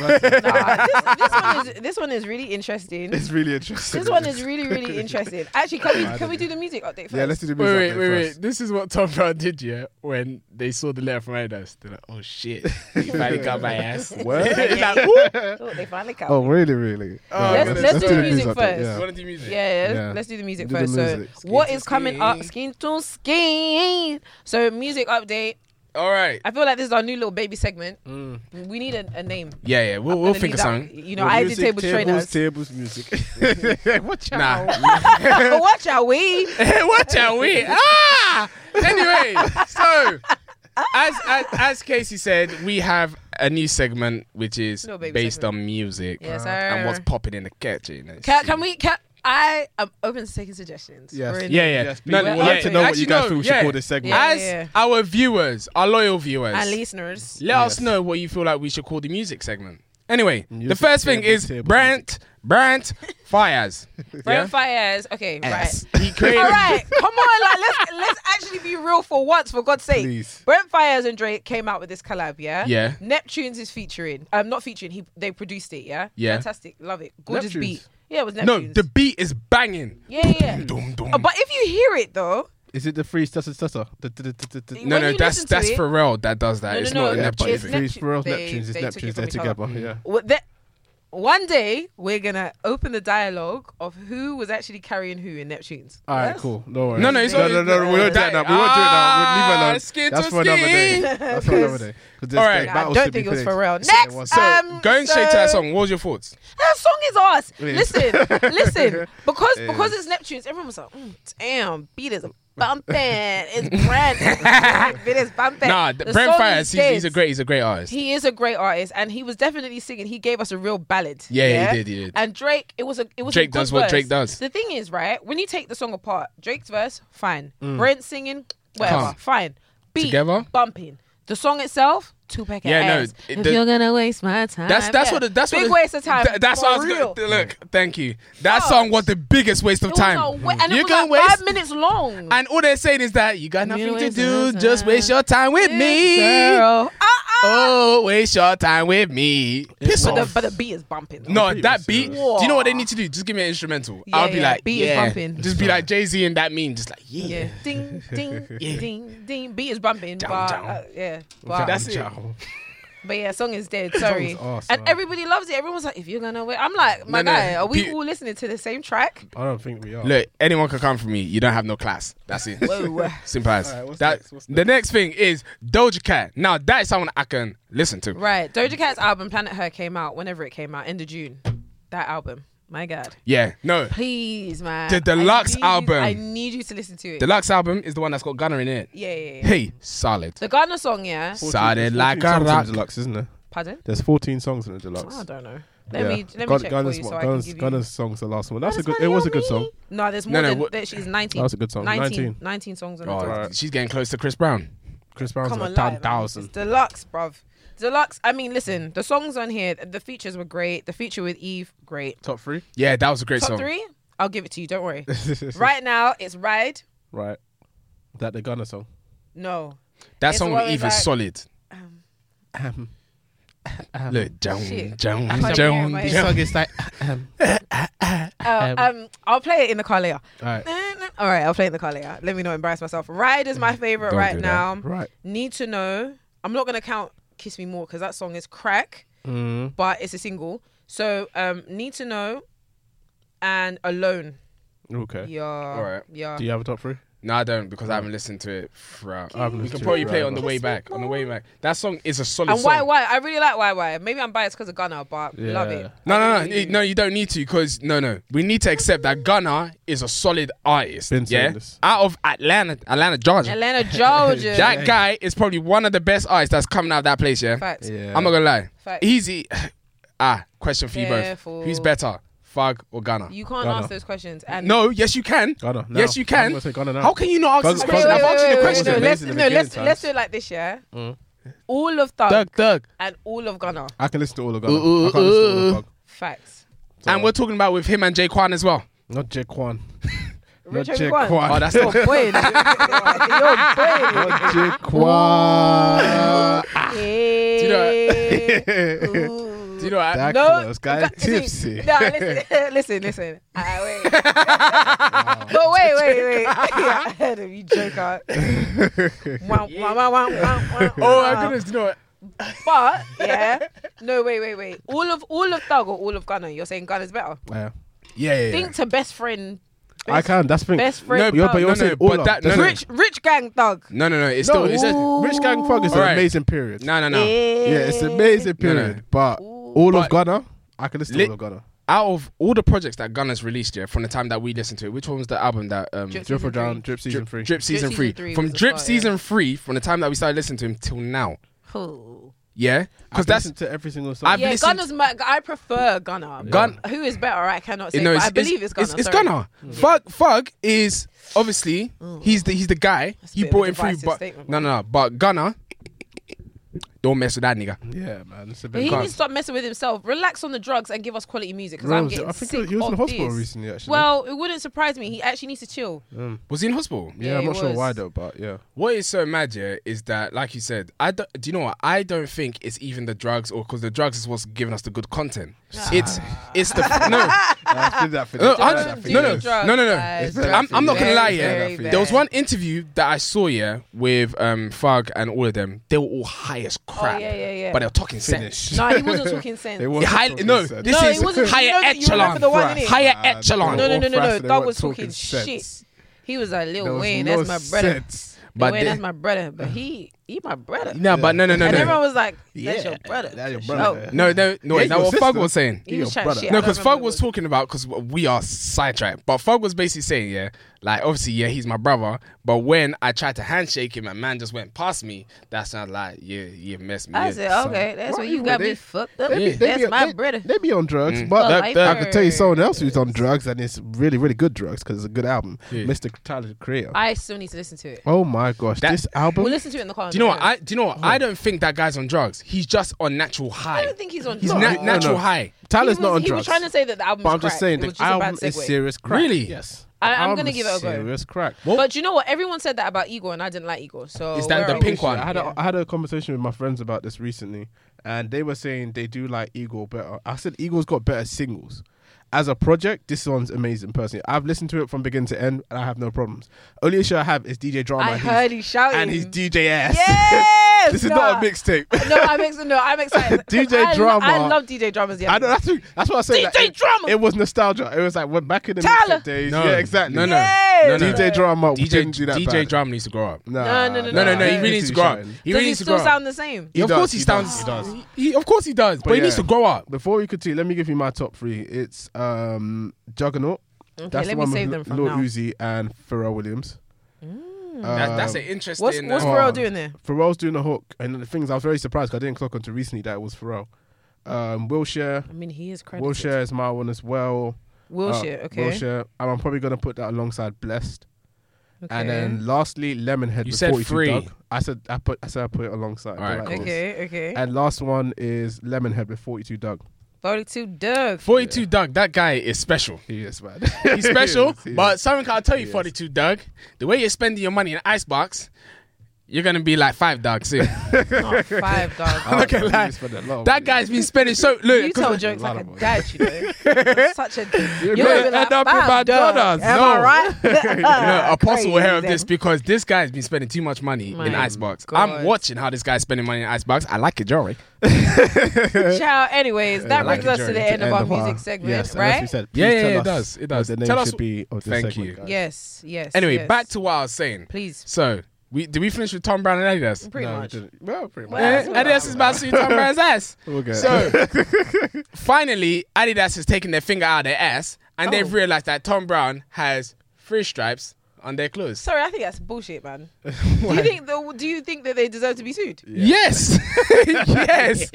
C: Nah, this, this one is this one is really interesting.
B: it's really interesting.
C: This one is really really interesting. Actually, can we can we do the music update first?
B: Yeah, let's do the music.
A: Wait, wait,
B: update
A: wait, wait.
B: first.
A: This is what Tom Brown did, yeah? When they saw the letter from Adidas, they're like, oh shit, he finally got my ass.
B: What?
A: Like, woo!
C: Oh, they finally come.
B: Oh, really, really?
A: Oh,
B: Yeah,
A: let's- let's do
C: the
B: news
C: music
B: update,
C: first.
A: You
B: yeah.
A: wanna do music?
C: Yeah,
B: Yeah.
C: let's do the music
B: Do the
C: first.
B: music.
C: So, what
A: Skin
C: is
A: to
C: coming up?
A: skin.
C: Skin to skin. So, music update.
A: All right.
C: I feel like this is our new little baby segment. We need a, a name.
A: Yeah, yeah, we'll,
C: Gonna
A: we'll think
C: leave
A: of
C: that-
A: something.
C: You know, I did
B: Music,
C: table
B: tables,
C: trainers.
B: Tables, music. Watch out.
A: Nah.
C: Watch out, we.
A: Watch out, we. Ah! Anyway, so as, as as Casey said, we have a new segment which is
C: Little baby
A: based
C: segment.
A: on music
C: Yes,
A: and what's
C: sir.
A: popping in the kitchen. and
C: Can,
A: shit.
C: can we? Can, I am open to taking suggestions.
B: Yes.
C: We're in-
A: Yeah, yeah.
B: Yes, people would like to know what you guys think we should call this segment.
C: Yeah,
A: As
C: yeah.
A: our viewers, our loyal viewers,
C: And listeners.
A: let us
B: Yes.
A: know what you feel like we should call the music segment. Anyway, the
B: Music
A: first thing
B: table,
A: is
B: table
A: Brant Brant Fires.
C: Brent Fires. Okay, right.
A: He created.
C: All right, come on, like let's let's actually be real for once, for God's sake.
B: Please.
C: Brent Fires and Drake came out with this collab, yeah.
A: Yeah.
C: Neptunes is featuring. Um, not featuring. He they produced it, yeah.
A: Yeah.
C: Fantastic, love it. Gorgeous
B: Neptunes?
C: beat. Yeah, it was Neptunes.
A: No, the beat is banging.
C: yeah, yeah. yeah.
A: Dum, dum.
C: Oh, but if you hear it though,
B: Is it the free stutter stutter? The- the- the- the- the-
A: No,
C: When
A: no,
C: you
A: that's
C: listen to
A: that's
C: it-
A: Pharrell that does that.
C: No,
A: it's
C: no,
A: not
C: no,
A: in
B: Yeah,
A: that
B: but
A: part
C: it's
A: of
B: if
A: it.
C: Neptunes.
B: it's real
C: They-
B: Neptunes, it's
C: they took it
B: Neptunes,
C: from
B: they're
C: each other.
B: together. Yeah.
C: well, that one day we're gonna open the dialogue of who was actually carrying who in Neptunes.
B: All right,
C: Yes?
B: cool. No worries.
A: No, no, it's
B: no,
A: all-
B: no, no, no, We won't do it now. We won't do it now. We'll leave it
A: Ah,
B: alone.
A: skin
B: That's
A: to
B: for another day.
A: skin.
B: That's for another day. 'Cause there's
A: All right.
B: the
C: I
B: battles to
C: don't
B: be
C: think it was
B: finished.
C: Pharrell.
B: So
C: Next,
B: it was-
A: So
C: Um,
A: go and shake to
C: so-
A: that song. What was your thoughts?
C: That song is us.
B: It is.
C: Listen, listen, because
B: It
C: because it's Neptune's. Everyone was like, mm, "Damn, beat is bumping, it's brand, beat is bumping."
A: Nah,
C: The
A: Brent
C: song
A: Fires,
C: he
A: he's, he's a
C: did,
A: great, he's a great artist.
C: He is a great artist, and he was definitely singing. He gave us a real ballad.
A: Yeah, he did, he did.
C: And Drake, it was a it was a
A: Drake
C: good
A: does what Drake
C: verse.
A: does.
C: The thing is, right? When you take the song apart, Drake's verse, fine. Brent singing, whatever,
A: Calm.
C: fine. Beat
A: Mm. Together?
C: bumping. The song itself, Tupac.
A: Yeah, no,
C: ass.
A: it-
C: if
A: the-
C: you're gonna waste my time,
A: That's that's
C: Yeah.
A: what it, that's
C: big
A: what it-
C: waste of time.
A: tha- that's
C: for
A: what I was
C: real.
A: gonna look. Thank you. That
C: No.
A: song was the biggest waste of
C: It was
A: time.
C: a wa- and it
A: You're
C: was
A: gonna
C: like
A: waste.
C: five minutes long.
A: and all they're saying is that you got nothing to
C: wasting
A: do,
C: your
A: just waste your time with
C: Yeah,
A: me.
C: girl. Uh-uh.
A: Oh, waste your time with me. Piss
C: But the,
A: off.
C: but the beat is bumping.
A: no,
B: Pretty
A: that beat.
C: serious.
A: Do you know what they need to do? Just give me an instrumental.
C: Yeah,
A: I'll be
C: yeah,
A: like,
C: beat is
A: yeah.
C: bumping.
A: Just be like Jay Z and that meme. Just like, yeah.
C: Yeah. ding, ding, ding, ding. Beat is bumping.
A: Down,
C: but,
A: down.
C: uh, yeah. But,
A: That's it.
B: Ciao.
C: but yeah, song is dead. Sorry.
B: Song's arse,
C: and
B: man.
C: everybody loves it. Everyone's like, if you're going to wait. I'm like, my
A: No, no,
C: guy, are we
A: be-
C: all listening to the same track?
B: I don't think we are.
A: Look, anyone can come for me. You don't have no class. That's it.
C: Whoa.
A: Simple as.
B: Alright, what's
A: that,
B: next? What's
A: The next thing is Doja Cat. Now that is someone I can listen to.
C: right. Doja Cat's album, Planet Her, came out whenever it came out, end of June. That album. My God.
A: Yeah, no.
C: Please, man.
A: The
C: I
A: deluxe
C: need-
A: album.
C: I need you to listen to it.
A: Deluxe album is the one that's got Gunner in it.
C: yeah, yeah, yeah.
A: Hey, solid.
C: The Ghana song, yeah.
B: 14
A: Started
B: there's
A: like
B: 14
A: a
B: songs in
A: rock.
B: the deluxe, isn't there?
C: Pardon?
B: There's 14 songs in the deluxe.
C: I don't know. Let
B: Yeah.
C: me let me
B: Gun-
C: check
B: Gunners-
C: for you so
B: what-
C: I can
B: Gunners-
C: give you.
B: Gunners song the last one. That's a
C: That's
B: good.
C: funny
B: It was
C: on
B: a good
C: me.
B: song.
C: No, there's
A: No,
C: more
A: no,
C: than
A: what-
C: that. She's 19.
B: That was Oh, a good song.
C: 19,
B: 19.
C: 19 songs on the
A: Oh,
C: deluxe.
B: Alright.
A: She's getting close to Chris Brown.
B: Chris Brown's
C: Come
B: like
C: on, live. It's
B: 10,000.
C: deluxe, bruv. Deluxe. I mean, listen, the songs on here, the features were great. The feature with Eve, great.
B: Top three.
A: Yeah, that was a great
C: Top
A: song.
C: three, I'll give it to you. Don't worry. right now, it's Ride.
B: Right. That the Gunner song.
C: No.
A: That
C: It's
A: song
C: what
A: with
C: we
A: Eve
C: like.
A: is solid.
B: Um,
A: Look, Joan,
C: Shit.
A: Joan,
C: can't hear
A: Joan,
C: my-
A: Joan.
B: is like. Um,
C: Oh, um, I'll play it in the car later.
B: all right.
C: All right, I'll play it in the car later. Let me not embarrass myself. Ride is my favorite
A: Don't
C: right
A: do that.
C: now.
B: Right.
C: Need to know. I'm not gonna count Kiss Me More because that song is crack,
B: Mm.
C: but it's a single. So um, Need to Know and Alone.
B: Okay.
C: Yeah.
A: Alright.
C: Yeah.
B: Do you have a top three?
A: No, I don't because I haven't listened to it throughout.
B: I haven't
A: We
B: listened
A: can
B: to
A: probably
B: it
A: play it
B: throughout.
A: on the way back. On the way back, that song is a solid
C: And
A: song.
C: why why? I really like why why. Maybe I'm biased because of Gunna, but love
B: Yeah.
C: it.
A: No, no, no, no, you don't need to because no, no, we need to accept that Gunna is a solid artist.
B: Been saying
A: yeah,
B: this.
A: out of Atlanta, Atlanta, Georgia,
C: Atlanta, Georgia.
A: that guy is probably one of the best artists that's coming out of that place. Yeah,
C: Facts.
B: Yeah.
A: I'm not gonna lie.
C: Facts.
A: Easy. ah, question for you
C: Careful.
A: both: Who's better, Fug or Gunna?
C: You can't
B: Gunna.
C: ask those questions. And
A: no, yes you can.
B: Gunna, now.
A: Yes you
B: I'm
A: can.
B: gonna say Gunna now.
A: How can you not ask
B: Fug-
A: this
B: Fug-
C: Wait,
A: question?
C: wait,
A: I've answered
C: wait,
A: the
C: wait,
A: question.
C: No,
B: Amazing
C: let's,
B: in the
C: no, let's,
B: beginning
C: let's
B: times.
C: do it like this, yeah?
B: Mm.
C: All of Thug
A: Doug, Doug.
C: and all of Gunna.
B: I can listen to all of Gunna.
A: Ooh,
B: I can't listen to all
A: ooh,
B: of
A: ooh.
B: Bug.
C: Facts.
B: So-
A: And we're talking about with him and Jay Kwan as well.
B: Not Jack Kwan. Not
C: Rich
B: Jack
C: everyone.
B: Kwan.
A: Oh, that's not.
C: Boy,
B: Not Jack Kwan.
A: you know-
B: that
A: Do you know what? I-
C: That- No,
B: close, guy.
C: Gu- see,
B: Tipsy.
C: No, listen, listen, listen. Ah, wait. but wait, wait, wait. yeah, I heard him, you joker. Wah, wah, wah, wah, wah, wah,
A: oh
C: wah.
A: my goodness! Do you know what?
C: But yeah, no, wait, wait, wait. All of all of Thug or all of Gunner. You're saying Gunner's better.
B: Yeah.
A: Yeah, yeah, yeah.
C: Think to best friend.
B: I
C: Best-
B: can. That's the thing.
C: Best friend.
A: No,
C: Thug.
B: You're, but you're
A: No, no,
B: saying
A: but
B: all of
A: that-
B: that's
A: no,
B: it.
A: no.
C: rich, rich gang Thug.
A: No, no, no. It's
B: No,
A: still. It's a,
B: Rich Gang Fug is an
A: Alright.
B: amazing period.
A: no, no, no.
B: Yeah, it's an amazing
A: No, no.
B: period. But all
A: But-
B: of Ghana, I can listen
A: Lit-
B: to all of Ghana.
A: Out of all the projects that Gunna's released, yeah, from the time that we listened to it, which one was the album that um,
C: Drip
A: Drip,
C: Season
B: Drip or Down,
C: three.
B: Drip Season 3.
A: Drip Season
C: Season
A: Three?
C: Three
A: from
C: was the
A: Drip
C: start, yeah.
A: Season Three, from the time that we started listening to him till now,
C: Who?
A: yeah, because
B: I've
A: that's
B: listened to every single song.
A: I've-
C: Yeah,
A: listened-
C: Gunner's. My, I prefer Gunner.
A: Gun-
C: Who is better? I cannot say.
A: no,
C: but I believe it's, Gunner.
A: It's, it's
C: sorry. Mm.
A: Gunna. Fug, Fug is obviously he's the he's the guy
C: That's a
A: you
C: bit of a
A: brought him through,
C: divisive
A: but
C: statement,
A: no, no, no, but Gunna, don't mess with that nigga.
B: yeah, man. It's a
C: But
B: bit
C: he
A: Gun-
C: needs to stop messing with himself. Relax on the drugs and give us quality music. Because
B: Bro,
C: I'm getting
B: I think
C: sick
B: he was in
C: of
B: the hospital
C: this.
B: recently, actually.
C: Well, it wouldn't surprise me. He actually needs to chill.
A: Was he in hospital?
B: yeah,
C: yeah,
B: I'm not
C: he
B: sure why,
C: was.
B: though, but yeah.
A: What is so mad, yeah, is that like you said, I don't, do you know what? I don't think it's even the drugs, or because the drugs is what's giving us the good content. It's it's the no
B: I've been that for
A: no
B: years,
A: I-
B: I've been that for
A: Uh, no no
B: years.
A: no no no.
C: Drugs,
A: I'm, I'm not gonna
C: very,
A: lie,
C: very
A: yeah.
C: bad.
A: There was one interview that I saw, yeah, with um Fug and all of them. They were all high as crap,
C: Oh, yeah, yeah, yeah.
A: but they were talking sense.
B: Finish.
C: No, he wasn't talking sense.
B: They
C: no,
B: wasn't
A: High,
B: talking
A: no,
B: sense.
A: this
C: No, it
A: is
C: wasn't-
A: higher
C: you know- you
A: echelon,
C: remember the one, innit?
A: higher
B: Nah,
A: echelon.
C: no,
B: all
C: no, no, no.
B: frass, they
C: Doug
B: weren't
C: was talking,
B: talking
C: shit.
B: sense.
C: He was like Lil
B: There was
C: Wayne,
B: no
C: that's my brother.
B: sense.
A: But
C: Lil Wayne,
A: the-
C: that's my brother. But he, he my brother.
A: No, but no, no, no,
C: and
A: no,
C: everyone was like, "That's
B: Yeah,
C: your brother."
B: that's your
C: for
B: brother.
C: sure.
A: no, no, no.
B: Yeah,
A: Is that
B: your
A: what Fug
B: sister.
A: was saying?
C: He
B: Your
C: was trying
B: brother.
C: shit. I don't
A: No, because
C: remember
A: Fog
C: what it
A: was talking about because we are sidetracked, but Fog was basically saying, yeah, Like obviously, yeah, he's my brother, but when I tried to handshake him and man just went past me, that's not like yeah, you messed me.
D: I
A: up,
D: said,
C: "Oh,
A: son.
D: okay, that's
B: What
D: where
B: is
D: you
B: with
D: got me
B: it?
D: fucked up.
A: They be-
B: they
D: That's
B: be-
D: my
B: they-
D: brother.
B: They be on drugs,
A: Mm.
B: but
D: Well,
B: I
D: I
B: can tell you
C: heard.
B: someone else who's on drugs and it's really, really good drugs because it's a good album.
A: Yeah.
B: Mr. Tyler the Creator.
C: I still need to listen to it.
B: oh my gosh,
A: That-
B: this album.
C: We'll listen to it in the car. on
A: Do you know
C: the
A: what?
C: road.
A: I do you know what? I don't think that guy's on drugs. He's just on natural high.
C: I don't think he's on.
A: he's
C: drugs.
A: na-
B: No, no,
A: natural
B: no.
A: high.
B: Tyler's
C: he
B: not
C: was,
B: on
C: he
B: drugs.
C: was trying to say that the album.
B: but
C: was
B: I'm just
C: crack.
B: saying
C: It
B: the
C: was just a bad
B: album is
C: segue.
B: serious crack.
A: Really?
B: Yes.
C: I-
B: The
C: I'm
B: album
C: gonna
B: is
C: give it a go.
B: Serious crack.
C: But do you know what? Everyone said that about Igor, and I didn't like Igor. So
A: Is that
C: where
A: the
C: are
A: pink
C: we?
A: one?
B: I had
C: Yeah.
B: a, I had a conversation with my friends about this recently, and they were saying they do like Eagle better. I said Eagle's got better singles. As a project, this one's amazing. Personally, I've listened to it from begin to end, and I have no problems. Only issue I have is DJ Drama.
C: I
B: and
C: heard
B: his-
C: he shouting.
B: and his DJ ass.
C: Yes.
B: this is
C: nah.
B: not a mixtape.
C: No, I'm ex- no, I'm excited. 'Cause
B: DJ
C: I lo-
B: Drama.
C: I love DJ dramas. Yeah,
B: I know that's that's what I said. like,
C: DJ
B: it,
C: Drama.
B: It was nostalgia. It was like when back in the
C: Tyler.
B: mixtape days.
A: No,
B: yeah, exactly.
A: No, no,
C: Yes.
A: no, no.
B: DJ Drama
A: DJ
B: didn't do that.
A: DJ
B: bad.
A: Drum needs to grow up.
C: No,
B: Nah,
C: no, no,
A: No, no,
C: Nah,
A: no. He
C: he
A: really needs to grow up. He
C: Does
A: really
C: he
A: needs to grow
C: still
A: up.
C: sound the same?
A: Yeah, of
B: does,
A: course he,
B: he does,
A: sounds.
B: he does. Oh,
A: He, of course he does. But, he
B: yeah.
A: needs to grow up.
B: Before we continue, let me give you my top three. It's um, Juggernaut.
C: Okay,
B: That's
C: let
B: the
C: me
B: one
C: save them
B: with L-
C: from
B: Lil
C: now. Mm.
B: Uzi and Pharrell Williams.
A: That, that's
B: Um,
A: an interesting.
C: What's what's
A: uh,
B: Oh.
C: Pharrell doing there?
B: Pharrell's doing a hook, and the things I was very surprised 'cause I didn't clock onto recently that it was Pharrell. Um, Wilshire,
C: I mean, he is credited.
B: Wilshire is my one as well. Uh,
C: Wilshire. Okay.
B: Wilshire, and I'm probably gonna put that alongside Blessed.
C: Okay.
B: And then lastly, Lemonhead.
A: You
B: with
A: said
B: 42
A: three.
B: Doug. I said I put. I said I put it alongside.
A: Alright,
B: They're like
A: cool.
B: this.
C: Okay. Okay.
B: And last one is Lemonhead with 42 Doug.
C: Forty-two. Doug.
A: Forty-two, Doug. That guy is special.
B: He is man.
A: He's special.
B: He is.
A: but something I'll tell you,
B: Yes.
A: forty-two, Doug. The way you're spending your money in Icebox, you're gonna be like five, Doug. Soon.
C: Not five. Doug.
B: Oh,
A: Look at
B: he
A: that.
B: spent a lot of
A: that
B: money.
A: guy's been spending so. Look,
C: You
A: 'cause-
C: tell jokes
B: lot
C: like a
B: of
C: dad, you know. You're Such a. You're gonna be
A: end
C: like,
B: up with
C: "Fam,
B: my
C: Doug,
B: daughters."
C: Am
A: No.
C: I right?
A: you know, Apostle will hear of this
C: uh, Crazy.
A: because this guy's been spending too much money in
C: My
A: Icebox.
C: God.
A: I'm watching how this guy's spending money in Icebox. I like your jewelry.
C: Child, anyways, that
A: like
C: brings us
A: it,
C: to the
A: Jerry.
C: end of our music segment,
B: yes,
C: right?
B: Said,
A: Yeah,
B: please
A: yeah,
B: tell
A: yeah, it
B: us
A: does, it
B: what
A: does.
B: The name
A: Tell us
B: should
A: wh-
B: be of this
A: Thank
B: segment,
A: you.
B: guys.
C: Yes, yes.
A: Anyway,
C: yes.
A: back to what I was saying.
C: please,
A: So, we did we finish with Tom Brown and Adidas?
C: pretty
B: No, we
C: much.
B: didn't. Well, pretty much.
A: Eh,
C: Well,
A: Adidas is about to see Tom Brown's ass.
B: We'll get
A: So finally, Adidas has taken their finger out of their ass and they've realized that Tom Brown has three stripes on their clothes.
C: Sorry, I think that's bullshit, man. do you think the, do you think that they deserve to be sued?
A: Yes, yes.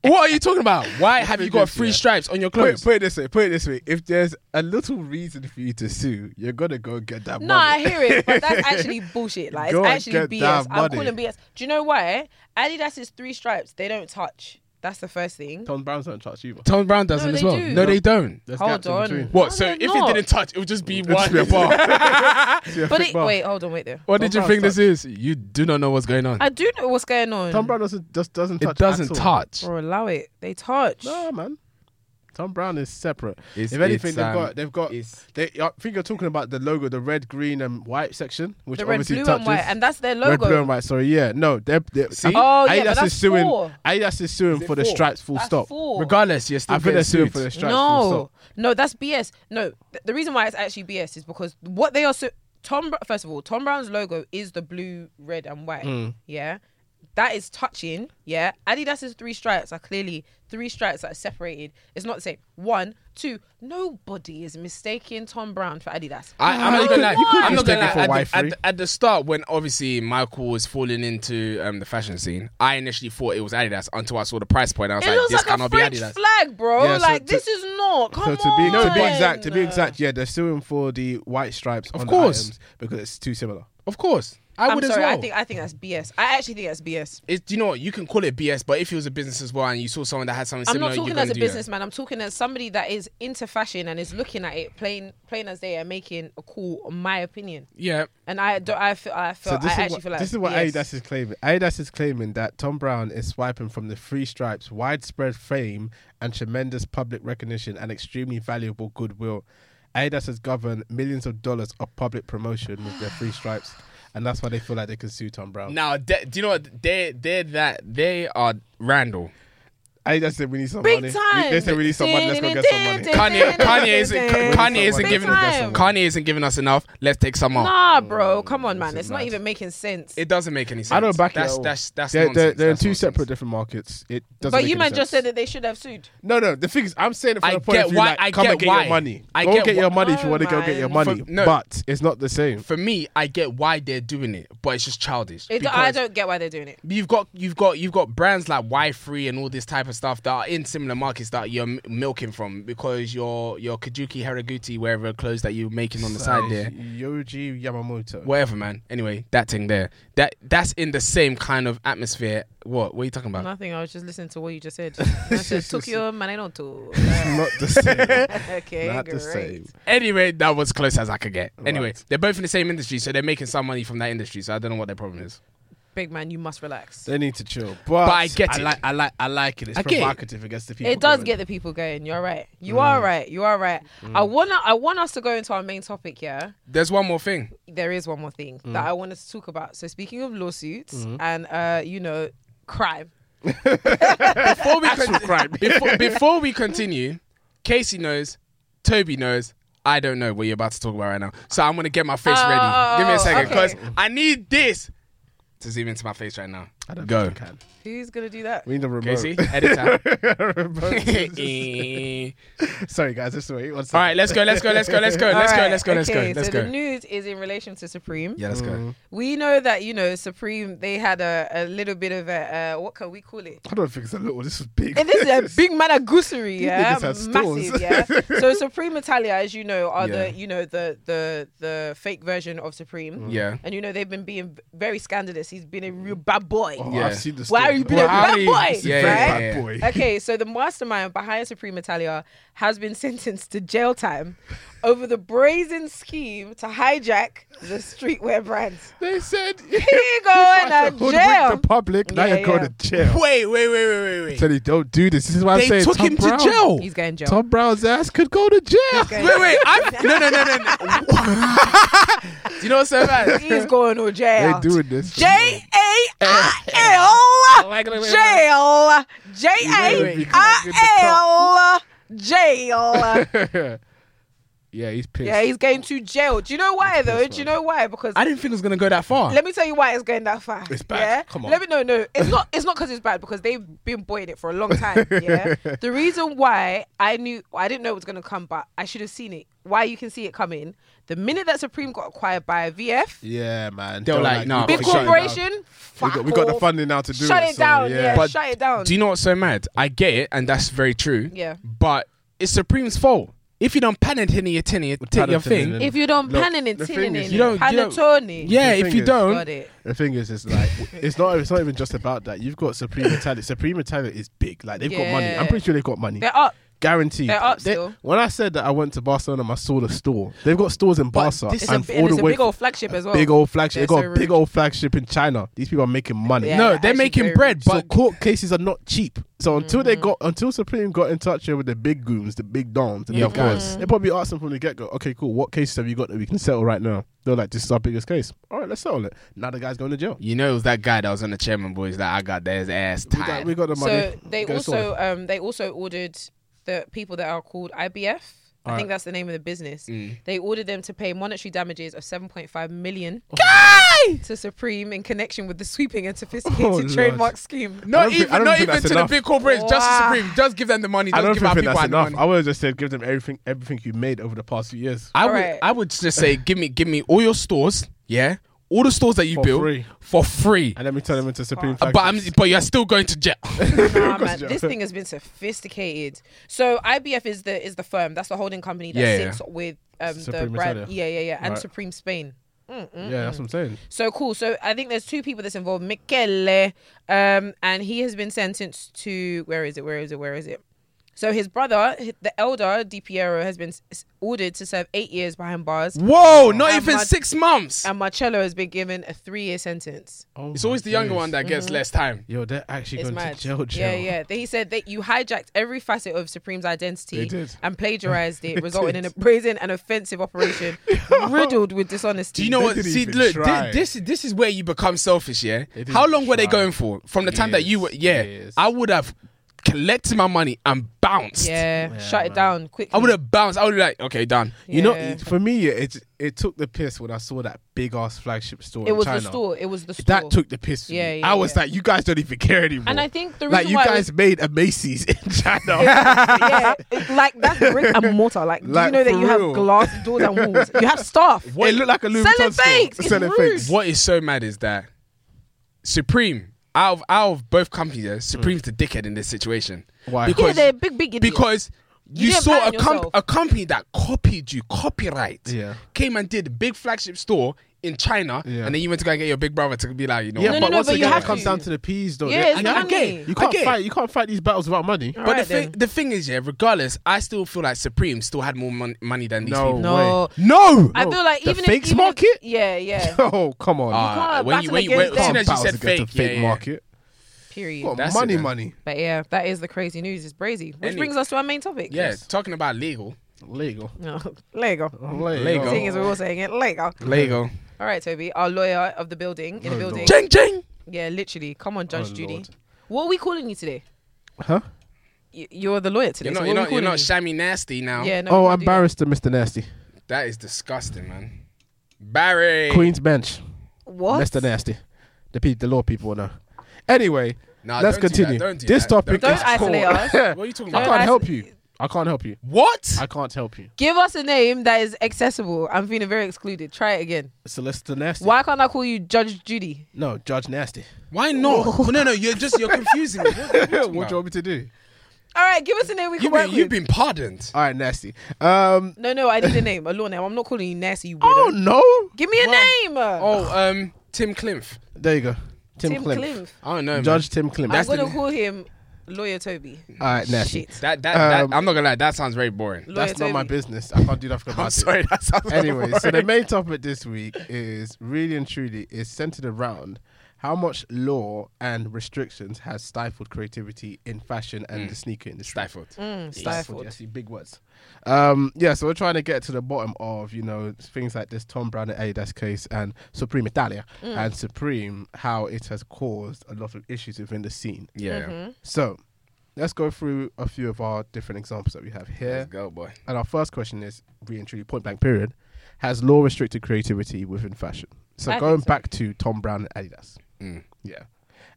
A: What are you talking about? Why have you got three
B: Yeah.
A: stripes on your
B: Put,
A: clothes?
B: put it this way. Put it this way. If there's a little reason for you to sue, you're gonna go get that
C: No, I
B: money.
C: hear it, but that's actually bullshit. Like
B: Go
C: it's
B: and
C: actually
B: get
C: BS.
B: that
C: I'm
B: money.
C: calling BS. Do you know why? Adidas is three stripes. They don't touch. That's the first thing.
B: Tom Brown's not touch either.
A: Tom Brown doesn't
C: No,
A: as
C: they
A: well.
C: do.
A: No, they don't.
B: There's
C: Hold
B: gaps in
C: on.
B: between.
A: What?
C: No,
A: so
C: they're
A: if it
C: not.
A: didn't touch, it would just be
B: It
A: one.
B: should be a bar. It should be a
C: But
B: thick
C: it,
B: bar. Oh.
C: wait, hold on, wait there.
A: what did
B: Tom
A: you think
B: Brown's
A: this is? You do not know what's going on.
C: I do know what's going on.
B: Tom Brown doesn't just doesn't touch.
A: it
B: at
A: doesn't
B: all.
A: touch.
C: Or allow it. They touch.
B: No, man. Tom Brown is separate.
A: It's-
B: if anything,
A: it's,
B: they've
A: um,
B: got they've got.
A: it's-
B: They, I think you're talking about the logo, the red, green, and white section, which
C: The red,
B: obviously
C: blue, and
B: touches.
C: white, and that's their
B: Red, blue, and
C: logo.
B: white. Sorry, yeah, no. They're, they're,
A: See?
C: Oh, yeah, but
B: Adidas
C: that's
B: is suing.
C: four.
B: Adidas is suing for the
A: four?
B: stripes. Full
C: That's
B: stop.
C: four.
A: Regardless, you're still
B: I think they're
A: getting
B: suing
A: sued.
B: for the stripes. Full
C: No,
B: stop.
C: no, that's BS. No, th- the reason why it's actually BS is because what they are so Tom. Br- First of all, Tom Brown's logo is the blue, red, and white.
A: Hmm.
C: Yeah, that is touching. Yeah, Adidas's three stripes are clearly three stripes that are separated. It's not the same. One, two. Nobody is mistaking Tom Brown for Adidas.
A: I, I'm not
B: you
A: gonna
B: could-
A: lie.
B: you could
A: I'm not
B: mistake
A: gonna
B: it for
A: lie. At the,
B: wifery.
A: at, the- at the start, when obviously Michael was falling into um, the fashion scene, I initially thought it was Adidas until I saw the price point. I was
C: it
A: like,
C: looks
A: this
C: like a
A: cannot
C: French
A: be Adidas.
C: flag, bro.
B: Yeah, so
C: like
B: to-
C: this is not. Come
B: So to be
C: on.
B: to be exact, to be exact, yeah, they're suing for the white stripes. Of on the
A: course.
B: items because it's too similar.
A: of course, I
C: I'm
A: would
C: sorry.
A: as well.
C: I think I think that's BS. I actually think that's BS.
A: It- you know what? You can call it BS, but if it was a business as well, and you saw someone that had something
C: I'm
A: similar,
C: not
A: you're
C: talking
A: gonna
C: as a
A: do that.
C: businessman. I'm talking as somebody that is into fashion and is looking at it plain, plain as they are making a call. on My opinion,
A: Yeah,
C: and I don't. I feel. I feel.
B: So this
C: I
B: is
C: actually
B: what,
C: feel like
B: this is what
C: yes.
B: Adidas is claiming. Adidas is claiming that Tom Brown is swiping from the three stripes, widespread fame and tremendous public recognition and extremely valuable goodwill. Adidas has governed millions of dollars of public promotion with their three stripes, and that's why they feel like they can sue Tom Brown.
A: Now, de- do you know what? They, they're that. They are Randall.
B: I just said we need some
C: Big
B: money.
C: time.
B: They said we need some money. Let's go get some money.
A: Kanye, Kanye isn't Kanye
B: Big
A: isn't giving
C: time.
A: Kanye isn't giving us enough. Let's take some off.
C: Nah, bro, come on, man.
B: Oh, This is
C: It's not
B: mad.
C: even making sense.
A: It doesn't make any sense.
B: I don't back
A: that's,
B: it at all.
A: That's that's
B: they're,
A: nonsense.
B: they're, they're in
A: That's
B: two
A: nonsense.
B: separate different markets. It doesn't.
C: But
B: make
C: you
B: any
C: man just
B: sense.
C: said that they should have sued.
B: No, no. The thing is, I'm saying it from
A: I
B: the point
A: get
B: of view
A: why-
B: like,
A: I
B: come
A: get
B: and get
A: why.
B: your money.
A: I
B: go
A: get
B: get your
A: why-
B: money if you want to go get
C: No,
B: your
C: man.
B: money.
A: For- no.
B: But it's not the same.
A: For me, I get why they're doing it, but it's just childish.
C: It, I
A: because-
C: don't get why they're doing it.
A: you've got you've got you've got brands like Y Free and all this type of stuff that are in similar markets that you're m- milking from because your your Kajuki Haraguchi whatever clothes that you're making on the side there.
B: Yoji Yamamoto.
A: Whatever, man. Anyway, that thing there, that that's in the same kind of atmosphere. What? What are you talking about?
C: Nothing. I was just listening to what you just said. I said Tokyo, man. I don't do.
B: Not the same.
C: Okay,
B: Not
C: great.
B: the same.
A: Anyway, that was close as I could get. Anyway,
B: Right.
A: they're both in the same industry, so they're making some money from that industry. So I don't know what their problem is.
C: Big man, you must relax.
B: They need to chill. But,
A: I get it.
B: like. I like. I like it. It's
A: I get it.
B: provocative against the people. Mm-hmm.
C: It does
B: doing
C: get the people going. You're right. You are right. You are right. I
B: Mm.
C: wanna. I want us to go into our main topic. Yeah.
A: There's one more thing.
C: there is one more thing
A: Mm.
C: that I wanted to talk about. So speaking of lawsuits and uh, you know, crime.
A: before we con- before, before we continue, Casey knows, Toby knows. I don't know what you're about to talk about right now, so I'm gonna get my face ready. Give me a second,
C: okay.
A: because I need this to zoom into my face right now.
B: I don't
A: Go,
B: think I can.
C: Who's gonna do that?
B: We need a remote.
A: Casey, editor.
B: Remote. Sorry, guys. Just wait. One
A: All
B: second.
A: right, let's go, let's go, let's go, let's go, let's go,
C: Alright,
A: let's go, let's go,
C: okay,
A: let's
C: so the
A: go.
C: news is in relation to Supreme.
A: Yeah, let's
B: Mm.
A: go.
C: We know that you know Supreme. They had a, a little bit of a uh, what can we call it?
B: I don't think it's a little. This is big.
C: And this is a big man of goosery, yeah,
B: niggas had stores.
C: massive, yeah. So Supreme Italia, as you know, are
A: Yeah.
C: the you know the the the fake version of Supreme.
A: Yeah.
C: And you know they've been being very scandalous. He's been a
A: Mm.
C: real bad boy.
B: Oh,
A: Yeah.
B: I've seen the
C: Why are
B: story.
C: you being
A: Well,
C: a
A: how
C: bad
A: do you-
C: boy?
B: Very
A: Yeah, yeah,
C: right?
A: yeah.
B: bad boy.
C: Okay, so the mastermind behind Supreme Italia has been sentenced to jail time over the brazen scheme to hijack the streetwear brands.
B: They said
C: He going to
B: tried to hoodwink
C: jail.
B: the public. now
C: Yeah,
B: you're going
C: yeah.
B: to jail.
A: Wait, wait, wait, wait, wait, wait.
B: Said he don't do this. This is why I
A: They
B: say
A: took
B: Tom
A: him to
B: Brown-
A: jail.
C: He's going to jail.
B: Tom Brown's ass could go to jail.
C: going-
A: Wait, wait. I'm, no, no, no, no. no. Do you know what's so bad?
C: He's going to
B: They
C: jail.
B: doing this.
C: J A I L jail. J A I L jail.
B: yeah, he's pissed.
C: Yeah, he's going to jail. Do you know why though? Do you know why? Because
A: I didn't think it was gonna go that far.
C: Let me tell you why it's going that far.
B: Uh-huh. It's bad.
C: Yeah?
B: Come on.
C: Let me no, no. It's not. It's not because it's bad because they've been boying it for a long time. Yeah. the reason why I knew I didn't know it was going to come, but I should have seen it. Why you can see it coming. The minute that Supreme got acquired by VF,
B: Yeah, man.
A: They were like, nah,
C: big
A: we
B: we got to shut it down.
C: corporation,
B: We
C: fuck
B: got, we got the
C: off.
B: funding now to do
C: Shut
B: it.
C: it
B: so,
C: down.
B: Yeah.
C: Yeah.
A: But
C: Shut it down.
A: Do you know what's so mad? I get it, and that's very true.
C: Oh, Yeah.
A: But it's Supreme's fault. If you don't panic in your tin, you take your
B: Paddington
A: thing.
B: in
C: if you don't
B: Look,
C: pan in
B: the thing
C: tin
B: is-
A: You don't- you don't-
C: Panettone.
A: Yeah,
B: The
A: if
B: thing
A: you
B: is-
A: don't,
C: Got it.
B: The thing is, it's like it's not. It's not even just about that. You've got Supreme Italia. Supreme Italia is big. Like they've got money. I'm
C: Yeah.
B: pretty sure they've got money.
C: They're up.
B: Guaranteed.
C: They're up
B: They-
C: still.
B: When I said that I went to Barcelona, and I saw the store. They've got stores in Barca
A: this is
C: It's
B: and
C: a,
B: all
C: and it's
B: the
C: a
B: way.
C: big old flagship as well.
B: big old flagship. They
C: They're
B: got
C: so
B: a big
C: rude.
B: old flagship in China. These people are making money.
C: Yeah,
A: no,
C: they're
A: they're
C: actually
A: making
C: very
A: bread.
B: So
A: But
B: court cases are not cheap. So until
C: Mm.
B: they got until Supreme got in touch with the big goons, the big dons, the
A: Yeah,
B: big
A: of
B: guys,
A: course.
B: they probably asked them from the get go. Okay, cool. What cases have you got that we can settle right now? They're like, this is our biggest case. All right, let's settle it. Now the guy's going to jail.
A: you know, it was that guy that was on the chairman boys that I got their ass
B: We got,
A: tied.
B: we got the money.
C: So they
B: Get it sorted.
C: also um, they also ordered the people that are called IBF. I think that's the name of the business.
B: Mm.
C: They ordered them to pay monetary damages of 7.5 million
B: Oh,
C: to Supreme in connection with the sweeping and sophisticated
B: Oh, Lord.
C: trademark scheme.
B: I
A: not
B: don't thi-
A: even,
B: I don't
A: not
B: think
A: even
B: that's
A: to
B: enough.
A: the big corporations, just to
C: Wow.
A: Supreme. Just give them the money.
B: I
A: Just
B: don't
A: give our
B: think
A: people
B: that's
A: our
B: enough.
A: money.
B: I would have just said give them everything everything you made over the past few years.
A: I would,
C: Alright.
A: I would just say, give me, give me all your stores. Yeah, all the stores that you
B: For
A: built
B: free.
A: for free. Uh,
B: and then we turn them into Supreme
A: But I'm,
B: flagships.
A: but you're still going to jail.
C: Nah, man,
B: Joe.
C: this thing has been sophisticated. So IBF is the is the firm. That's the holding company that
A: Yeah, yeah.
C: sits with um, the
B: Supreme
C: brand.
B: Italia.
C: Yeah, yeah, yeah, and
B: Right.
C: Supreme Spain.
B: yeah, that's what I'm saying.
C: So cool. So I think there's two people that's involved. Michele, um, and he has been sentenced to where is it? Where is it? Where is it? So his brother, h- the elder Di Piero, has been s- ordered to serve eight years behind bars,
A: Whoa, not
C: And
A: even
C: my-
A: six months.
C: and Marcello has been given a three-year sentence.
B: Oh
A: It's
B: my
A: always the younger
B: days.
A: one that
C: Mm-hmm.
A: gets less time.
B: Yo, they're actually
C: It's
B: going
C: mad.
B: to jail. jail.
C: Yeah, yeah. They- He said that you hijacked every facet of Supreme's identity
B: They did.
C: and plagiarized it, resulting in
B: did.
C: a brazen and offensive operation riddled with dishonesty.
A: Do you know
B: They
A: what?
B: didn't
A: See,
B: even
A: look,
B: try.
A: thi- this, this is where you become selfish. Yeah.
B: didn't
A: How long were they
B: try.
A: going for? From the time that you were,
B: Years,
A: yeah.
B: years.
A: I would have collected my money and bounced.
C: Yeah,
B: Yeah,
C: shut
B: man.
C: it down quickly.
A: I would have bounced. I would be like, okay, done.
B: You know,
C: Yeah.
B: it- for me, it it took the piss when I saw that big ass flagship store.
C: it
B: in
C: was
B: China.
C: the store. It was the store.
B: That took the piss. from
C: Yeah,
B: me.
C: yeah,
B: I was
C: yeah.
B: like, you guys don't even care anymore.
C: and I think the reason
B: like you
C: why it was-
B: guys made a Macy's in China.
C: yeah, it's like that's brick and mortar. Like, do
B: Like,
C: you know that
B: for
C: you
B: real.
C: have glass doors and walls? You have staff.
B: What? It looked like a Louis
C: Selling
B: Vuitton store.
C: fakes. It's
B: Selling
C: rude.
B: fakes.
A: What is so mad is that Supreme, out of, out of both companies, yeah, Supreme's the dickhead in this situation.
B: Mm. Why?
A: Because,
C: yeah, they're big, big idiots.
A: because you,
C: You didn't
A: saw a,
C: patent
A: com-
C: yourself.
A: a company that copied you, copyright,
B: Yeah.
A: came and did a big flagship store in China,
B: Yeah.
A: and then you went to go and get your big brother to be like, you know,
B: Yeah,
A: what?
C: no,
B: but
C: no,
B: once
C: but you
B: again,
C: have
B: it comes
C: to.
B: down to the peas, though.
C: Yeah, it's
A: I- I
C: money.
A: get
B: You can't
A: Okay.
B: fight. You can't fight these battles without money.
A: But
C: Alright
A: the thing,
C: then.
A: the thing is, yeah. Regardless, I still feel like Supreme still had more mon- money than these
B: No.
A: people.
C: no,
A: No,
C: I feel like
B: The
C: even
B: fakes
C: if, even
B: market?
C: If, yeah, yeah.
B: Oh, come on.
A: Ah,
C: can't
A: when you,
C: battle
A: when you, when,
C: against
A: as soon
C: them.
A: as you
B: Battles
A: said
B: against
A: fake,
B: the fake
A: yeah, yeah.
B: market.
C: Period.
B: What,
A: That's it,
B: money,
A: man.
B: money.
C: But yeah, that is the crazy news. It's brazy, which
A: Any-
C: brings us to our main topic.
A: Yeah, talking about legal,
B: Legal.
C: No, Lego.
A: Lego.
C: Seeing as we're all saying it, Lego.
A: legal,
C: All right, Toby, our lawyer of the building in the
B: Oh,
C: building.
B: Lord.
A: ching ching.
C: Yeah, literally. Come on, Judge
B: Oh,
C: Judy.
B: Lord.
C: What are we calling you today?
B: Huh?
C: Y- You're the lawyer today.
A: You're
C: so what
A: not, you're
C: are we
A: not, you're
C: calling
A: not shammy nasty now.
C: you? Yeah, no.
B: Oh,
C: we
B: I'm
C: can't do that.
B: embarrassed to Mr. Nasty.
A: That is disgusting, man. Barry.
B: Queen's Bench.
C: What?
B: Mr. Nasty. The pe- the law people know. Anyway,
A: Nah,
B: let's
A: don't do
B: continue.
A: that, don't do
B: this
A: that.
B: topic
A: Don't
B: is
C: isolate
B: called-
C: us.
A: What are you talking
B: I
A: about?
B: can't
C: Don't
B: help
C: isolate-
B: you. I can't help you.
A: What?
B: I can't help you.
C: Give us a name that is accessible. I'm feeling very excluded. Try it again.
B: Solicitor Nasty.
C: Why can't I call you Judge Judy?
B: No, Judge Nasty.
A: Why not? Well, no, no. You're just you're confusing me. What, what are you
B: what
A: talking
B: do you
A: about?
B: want me to do?
C: All right, give us a name we can
A: You've
C: work
A: been, you've
C: with.
A: been pardoned.
B: All right, Nasty. Um,
C: No, no, I need a name, a law name. I'm not calling you nasty, you
B: oh,
C: weirdo.
B: no.
C: Give me a name.
A: Oh, um, Tim Klimp.
B: There you go. Tim,
C: Tim
B: Klimt.
C: Klimt.
A: I don't know. man.
B: Judge Tim Klimt.
C: I'm
A: That's the
C: gonna
A: name.
C: call him Lawyer Toby.
B: All right, Nasty.
C: Shit.
A: That that,
B: Um,
A: that I'm not gonna lie. That sounds very boring.
C: Lawyer
B: That's not my
C: Toby.
B: business. I can't do nothing about
A: I'm
B: it.
A: sorry. That sounds very
B: Anyway, so the
A: boring.
B: main topic this week is really and truly is centered around how much law and restrictions has stifled creativity in fashion and the sneaker industry.
A: stifled.
C: Mm,
B: Stifled,
C: stifled.
B: yes, you big words. Um, yeah, so we're trying to get to the bottom of you know things like this Tom Brown and Adidas case and Supreme Italia
C: Mm.
B: and Supreme how it has caused a lot of issues within the scene.
A: Yeah.
B: So let's go through a few of our different examples that we have here.
A: Let's go, boy.
B: And our first question is really and truly point blank period. Has law restricted creativity within fashion? So
C: I think
B: going
C: so.
B: back to Tom Brown and Adidas.
A: Mm.
B: Yeah.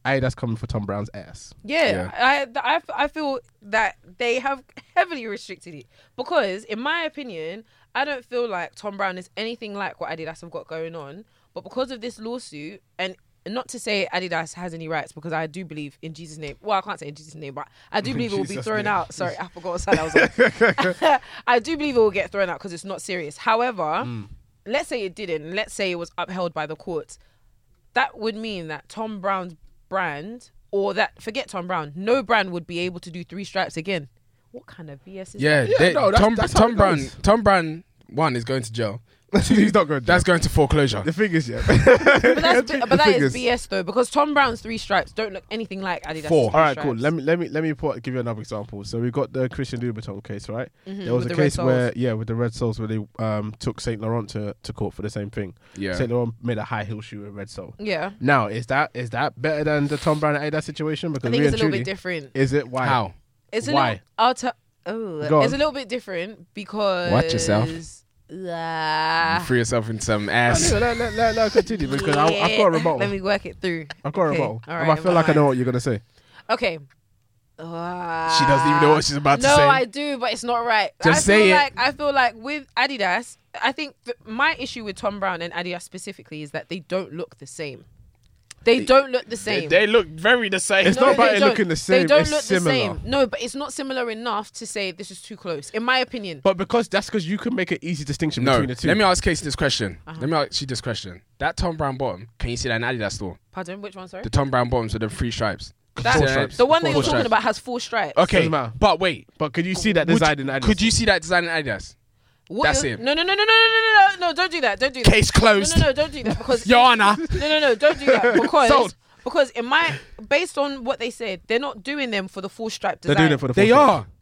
B: Adidas coming for Tom Brown's ass.
A: Yeah.
C: Yeah, I th I, f- I feel that they have heavily restricted it because, in my opinion, I don't feel like Tom Brown is anything like what Adidas have got going on. But because of this lawsuit, and not to say Adidas has any rights, because I do believe in Jesus' name. Well, I can't say in Jesus' name, but I do believe it will be
B: Jesus'
C: thrown
B: name.
C: out. Sorry, I forgot what side I was on. I do believe it will get thrown out because it's not serious. However,
B: Mm.
C: let's say it didn't. Let's say it was upheld by the courts that would mean that Tom Brown's brand, or that forget Tom Brown, no brand would be able to do three stripes again. What kind of BS is
A: Yeah,
B: Yeah,
A: they-
B: no, that's-
A: Tom
B: that's how
A: Tom
B: it
A: Brown
B: goes.
A: Tom Brown one is going to jail.
B: He's not going to.
A: That's going to foreclosure.
B: the thing is, yeah.
C: that? But, that's, but
B: The
C: that
B: thing
C: is
B: is-
C: BS though, because Tom Brown's three stripes don't look anything like Adidas.
A: Four.
B: All right, cool. Let me let me let me put, give you another example. So we got the Christian Louboutin case, right? There was
C: Mm-hmm, with
B: a
C: the red
B: case
C: soles.
B: where yeah, with the Red Soles, where they um, took Saint Laurent to, to court for the same thing.
A: Yeah.
B: Saint Laurent made a high heel shoe with red sole.
C: Yeah,
B: Now is that is that better than the Tom Brown and Adidas situation? Because
C: I think
B: really
C: it's a little
B: and
C: bit
B: truly,
C: different.
B: Is it why?
A: How?
C: It's a
B: Why?
C: little. I'll tell. Oh,
B: Go
C: it's a
B: on.
C: little bit different because.
A: Watch yourself. You
C: Yeah.
A: Free yourself in some
B: No,
A: ass.
B: no, let, let, let, let continue because I, I've got a rebuttal.
C: Let me work it through.
B: I've got a
C: Okay,
B: rebuttal.
C: all
B: and I
C: right,
B: feel like I know
C: alright.
B: what you're going to say.
C: Okay.
A: She doesn't even know what she's about to
C: no,
A: say.
C: I do, but it's not right.
A: Just
C: I
A: say
C: feel
A: it.
C: like I feel like with Adidas, I think th- my issue with Tom Brown and Adidas specifically is that they don't look the same. They don't look the
A: They,
C: same.
A: they look very the same.
B: It's not about
C: they
B: it
C: don't.
B: looking the
C: They
B: same,
C: don't
B: it's
C: look
B: similar.
C: the same. No, but it's not similar enough to say this is too close, in my opinion.
B: But because that's because you can make an easy distinction
A: no.
B: between the two.
A: Let me ask Casey this question. Let me ask you this question. That Tom Brown bottom, can you see that in Adidas store?
C: Pardon, which one? Sorry,
A: The Tom Brown bottoms with the three stripes.
C: That-
A: Four
B: Yeah.
A: stripes.
C: the one that
A: Four
C: you're talking
A: stripes.
C: about has four stripes.
A: Okay,
B: Doesn't matter.
A: but wait.
B: but could you see that
A: Would-
B: design in Adidas?
A: Could you see that design in Adidas?
C: What
A: That's
C: you're-
A: it.
C: No, no, no, no, no, no, no, no, no! Don't do that. Don't do that.
A: Case closed.
C: No, no, no! Don't do that because
A: Your Honor.
C: No, no, no! Don't do that because
A: Sold.
C: because in my based on what they said, they're not doing them for the full stripe
B: They're
C: design.
B: doing it for the
A: They
B: full
A: are.
B: did it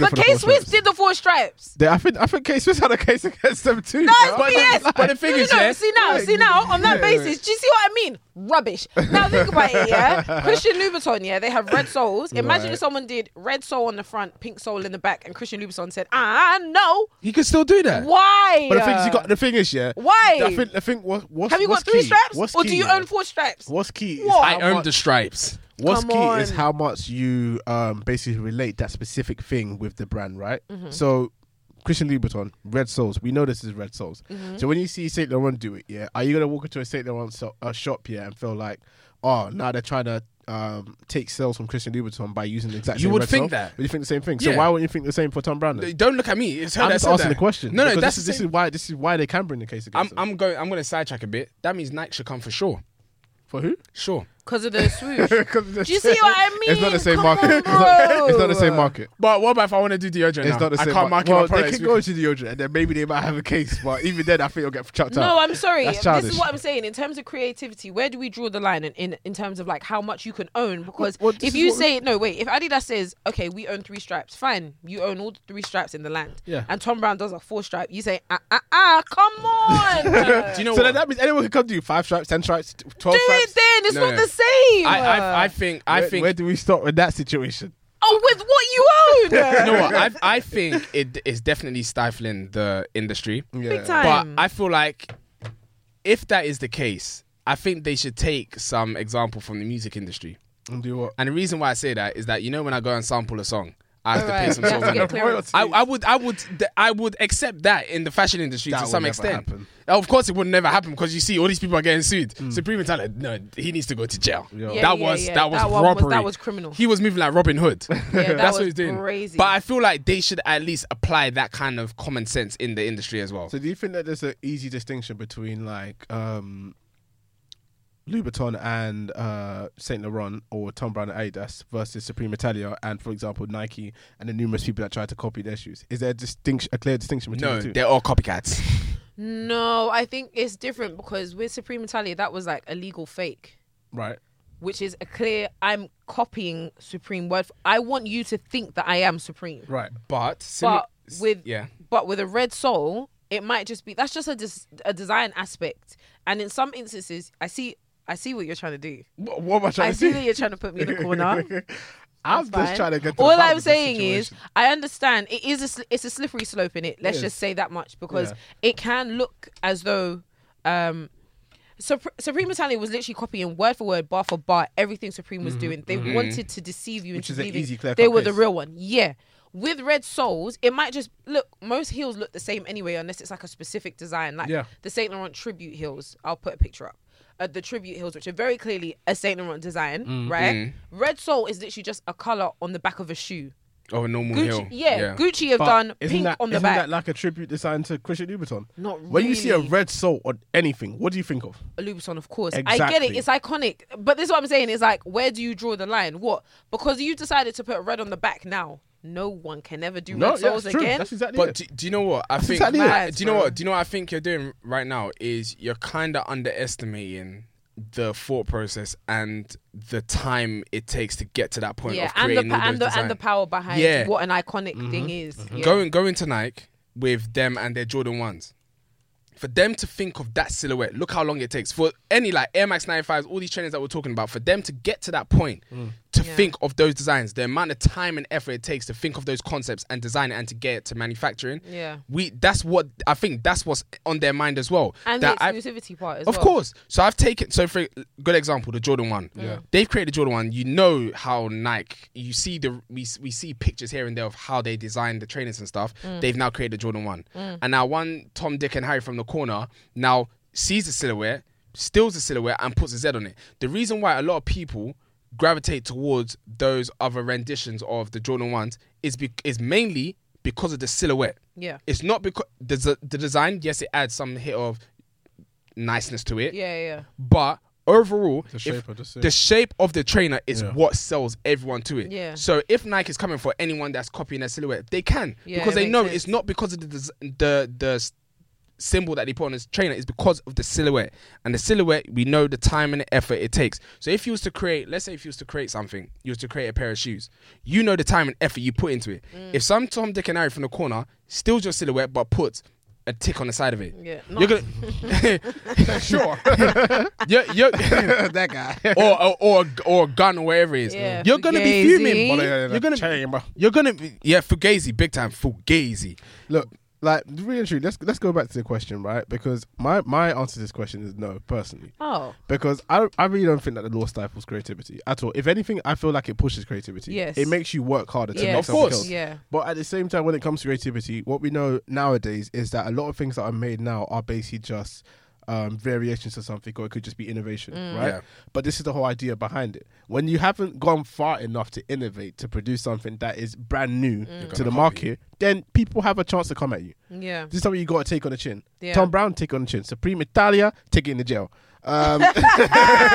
C: but
B: for the
C: K
B: four
C: Swiss
B: stripes.
C: did the four stripes.
B: They- I think I think K Swiss had a case against them too.
C: No,
B: bro.
C: it's BS.
A: but the thing
C: no,
A: is,
C: no, no.
A: yeah,
C: see now, see now, on that basis, do you see what I mean? Rubbish. Now think about it, yeah. Christian Louboutin, yeah, they have red soles. Imagine
B: Right.
C: if someone did red sole on the front, pink sole in the back, and Christian Louboutin said, "Ah, no,
A: He could still do that.
C: why?"
B: But the thing is, you got the thing is, yeah.
C: Why?
B: I think the thing was what's
C: have you got
B: what's
C: three
B: key-
C: stripes,
B: What's
C: or do
B: key,
C: you
B: yeah,
C: own four stripes?
B: What's key? Is
C: What?
B: how
A: I earned
B: much-
A: the stripes.
B: What's
C: Come
B: key is
C: on.
B: how much you um, basically relate that specific thing with the brand, right?
C: Mm-hmm.
B: So, Christian Louboutin, Red Souls. We know this is Red Souls.
C: Mm-hmm.
B: So when you see Saint Laurent do it, yeah, are you gonna walk into a Saint Laurent so- uh, shop, yeah, and feel like, oh, now they're trying to um, take sales from Christian Louboutin by using the exact
A: You
B: same
A: would
B: red
A: think
B: sole?
A: that.
B: Would you think the same thing?
A: Yeah.
B: So why wouldn't you think the same for Tom Brandon?
A: Don't look at me. It's her
B: I'm
A: that
B: just
A: said
B: asking
A: that.
B: the question.
A: No, no,
B: because this,
A: that's the
B: is- this
A: thing.
B: is why this is why they can bring the case
A: I'm,
B: against them.
A: I'm going. I'm going to sidetrack a bit. That means Nike should come for sure.
B: for who?
A: Sure.
C: Because of the swoosh.
B: Do
C: Do you see what I mean?
B: It's not the same
C: Come
B: market.
C: on,
B: it's, not, it's not the same
C: bro.
B: market.
A: But what about if I want to do deodorant?
B: It's
A: now?
B: not the
A: I
B: same. mar-
A: can't market
B: well,
A: my products.
B: they can go to the deodorant, and then maybe they might have a case. But even then, I think you'll get chucked out.
C: No, I'm sorry.
B: That's
C: this
B: childish.
C: is what I'm saying. In terms of creativity, where do we draw the line in, in, in terms of like how much you can own? Because
B: well, this
C: if
B: is
C: you
B: what we-
C: say no, wait, if Adidas says, okay, we own three stripes, fine, you own all the three stripes in the land.
B: Yeah.
C: And Tom Brown does a four stripe. You say, ah ah ah, come on.
A: Do you know
B: so
A: what?
B: then that means anyone can come to you. Five stripes, ten stripes, t- twelve
C: Do
B: stripes.
C: it then. It's
A: No,
C: not
A: no.
C: the same.
A: I, I, I think. I
B: where,
A: think.
B: Where do we stop with that situation?
C: oh, with what you own.
A: you know what? I, I think it is definitely stifling the industry.
B: Yeah.
C: time.
A: But
C: Mm.
A: I feel like if that is the case, I think they should take some example from the music industry.
B: And do what?
A: And the reason why I say that is that you know when I go and sample a song, I have to pay
C: Right.
A: some
C: You
A: sort
C: have
A: of
C: to get clearance.
A: I, I would, I would, th- I would accept that in the fashion industry
B: That
A: to
B: will
A: some
B: never
A: extent.
B: happen. Hmm.
A: Of course, it would never happen because you see all these people are getting sued. Supreme Talent, no, he needs to go to jail.
B: Yeah.
C: Yeah,
A: that,
C: yeah,
A: was,
C: yeah.
A: that was
C: That one was-
A: robbery.
C: that was criminal.
A: He was moving like Robin Hood.
C: that
A: That's what
C: was
A: he's doing.
C: crazy.
A: But I feel like they should at least apply that kind of common sense in the industry as well.
B: So do you think that there's an easy distinction between like um, Louboutin and uh, Saint Laurent or Tom Brown and Adidas versus Supreme Italia and, for example, Nike and the numerous people that try to copy their shoes? Is there a distinction, a clear distinction between
A: no,
B: the two?
A: they're all copycats.
C: no, I think it's different because with Supreme Italia, that was like a legal fake.
B: right.
C: which is a clear I'm copying Supreme word. for- I want you to think that I am Supreme.
B: Right.
A: But, simi-
C: But with
A: yeah,
C: but with a red soul, it might just be that's just a dis- a design aspect. And in some instances, I see I see what you're trying to do.
B: What, what am I trying
C: I
B: to
C: see
B: do?
C: that you're trying to put me in a corner.
B: I'm
C: That's
B: just
C: fine.
B: trying to get. To
C: All
B: the bottom
C: I'm
B: of this
C: saying is,
B: situation.
C: I understand it is a, sl- it's a slippery slope in it. Let's
B: is.
C: just say that much because
B: Yeah.
C: it can look as though. Um, Supre- Supreme Italia was literally copying word for word, bar for bar, everything Supreme was doing. They wanted to deceive you
B: Mm-hmm. Which
C: into
B: is an
C: believing
B: easy, clear-cut
C: they were the
B: case.
C: real one. Yeah. With red soles, it might just look. Most heels look the same anyway, unless it's like a specific design, like
B: Yeah.
C: the Saint Laurent tribute heels. I'll put a picture up. Uh, the tribute heels, which are very clearly a Saint Laurent design,
B: Mm,
C: right? Red sole is literally just a color on the back of a shoe.
A: oh, normal
C: Gucci,
A: hill.
C: yeah, Gucci have
B: But
C: done
B: isn't
C: pink
B: that,
C: on the
B: isn't
C: back.
B: that like a tribute designed to Christian Louboutin?
C: Not
B: When you see a
C: really.
B: red soul on anything, what do you think of?
C: Louboutin, of course. I get it.
B: Exactly.
C: It's iconic. But this is what I'm saying. It's like, where do you draw the line? What? Because you decided to put red on the back now. No one can ever do
B: No,
C: red
B: yeah,
C: soles
B: it's true.
C: again.
B: That's exactly
A: But
B: it.
A: do, do you know what I think?
B: exactly it.
A: I- do you know
C: Mad, bro.
A: what? Do you know what I think you're doing right now is you're kind of underestimating the thought process and the time it takes to get to that point
C: yeah,
A: of
C: and the,
A: creating
C: pa-
A: all
C: and,
A: those
C: the, and the
A: design.
C: power behind
A: Yeah. Mm-hmm.
C: what an iconic thing is. Yeah.
A: Going going to Nike with them and their Jordan ones. For them to think of that silhouette, look how long it takes. For any like Air Max 95s, all these trainers that we're talking about, for them to get to that point, to
C: Mm. Yeah.
A: think of those designs, the amount of time and effort it takes to think of those concepts and design it and to get it to manufacturing.
C: Yeah.
A: We that's what I think that's what's on their mind as well.
C: And
A: That
C: the
A: I-
C: exclusivity part as
A: of
C: well.
A: course. So I've taken so for good example, the Jordan one. Yeah. They've created Jordan one. You know how Nike. You see the we we see pictures here and there of how they designed the trainers and stuff.
C: Mm.
A: They've now created Jordan one, and now one Tom, Dick, and Harry from the corner now sees the silhouette, steals the silhouette, and puts a Z on it. The reason why a lot of people gravitate towards those other renditions of the Jordan ones is be, is mainly because of the silhouette.
C: Yeah.
A: It's not because the, z- the design, yes, it adds some hit of niceness to it.
C: Yeah, yeah.
A: But overall,
B: The
A: if-
B: shape of the suit.
A: shape of the trainer is
B: Yeah.
A: what sells everyone to it.
C: Yeah.
A: So if Nike is coming for anyone that's copying their silhouette, they can
C: Yeah,
A: because
C: it
A: they
C: makes
A: know
C: sense.
A: it's not because of the des- the the s- symbol that they put on his trainer is because of the silhouette. And the silhouette, we know the time and the effort it takes. So if you was to create, let's say if you was to create something, you was to create a pair of shoes, you know the time and effort you put into it.
C: Mm.
A: If some Tom, Dick, and Harry from the corner steals your silhouette but puts a tick on the side of it,
C: Yeah,
A: you're gonna sure. you're, you're,
B: that guy.
A: or, or or or a gun or whatever it is,
C: Yeah,
A: you're gonna be
C: Fugazi.
A: fuming. brother.
B: You're
A: You're gonna
B: chamber.
A: you're gonna be yeah, fugazi, big time, fugazi.
B: Look, like really and truly, let's let's go back to the question, right? Because my my answer to this question is no, personally.
C: Oh,
B: Because I I really don't think that the law stifles creativity at all. If anything, I feel like it pushes creativity.
C: Yes.
B: It makes you work harder to
C: Yeah.
B: make
A: Of
B: something
A: course.
B: else.
C: yeah.
B: But at the same time, when it comes to creativity, what we know nowadays is that a lot of things that are made now are basically just um, variations of something, or it could just be innovation,
C: Mm.
B: right?
A: Yeah.
B: But this is the whole idea behind it. When you haven't gone far enough to innovate to produce something that is brand
C: Mm.
B: new to the
A: copy.
B: market, then people have a chance to come at you.
C: Yeah.
B: This is something you got to take on the chin.
C: Yeah.
B: Tom Brown take on the chin. Supreme Italia take it in the jail. Um,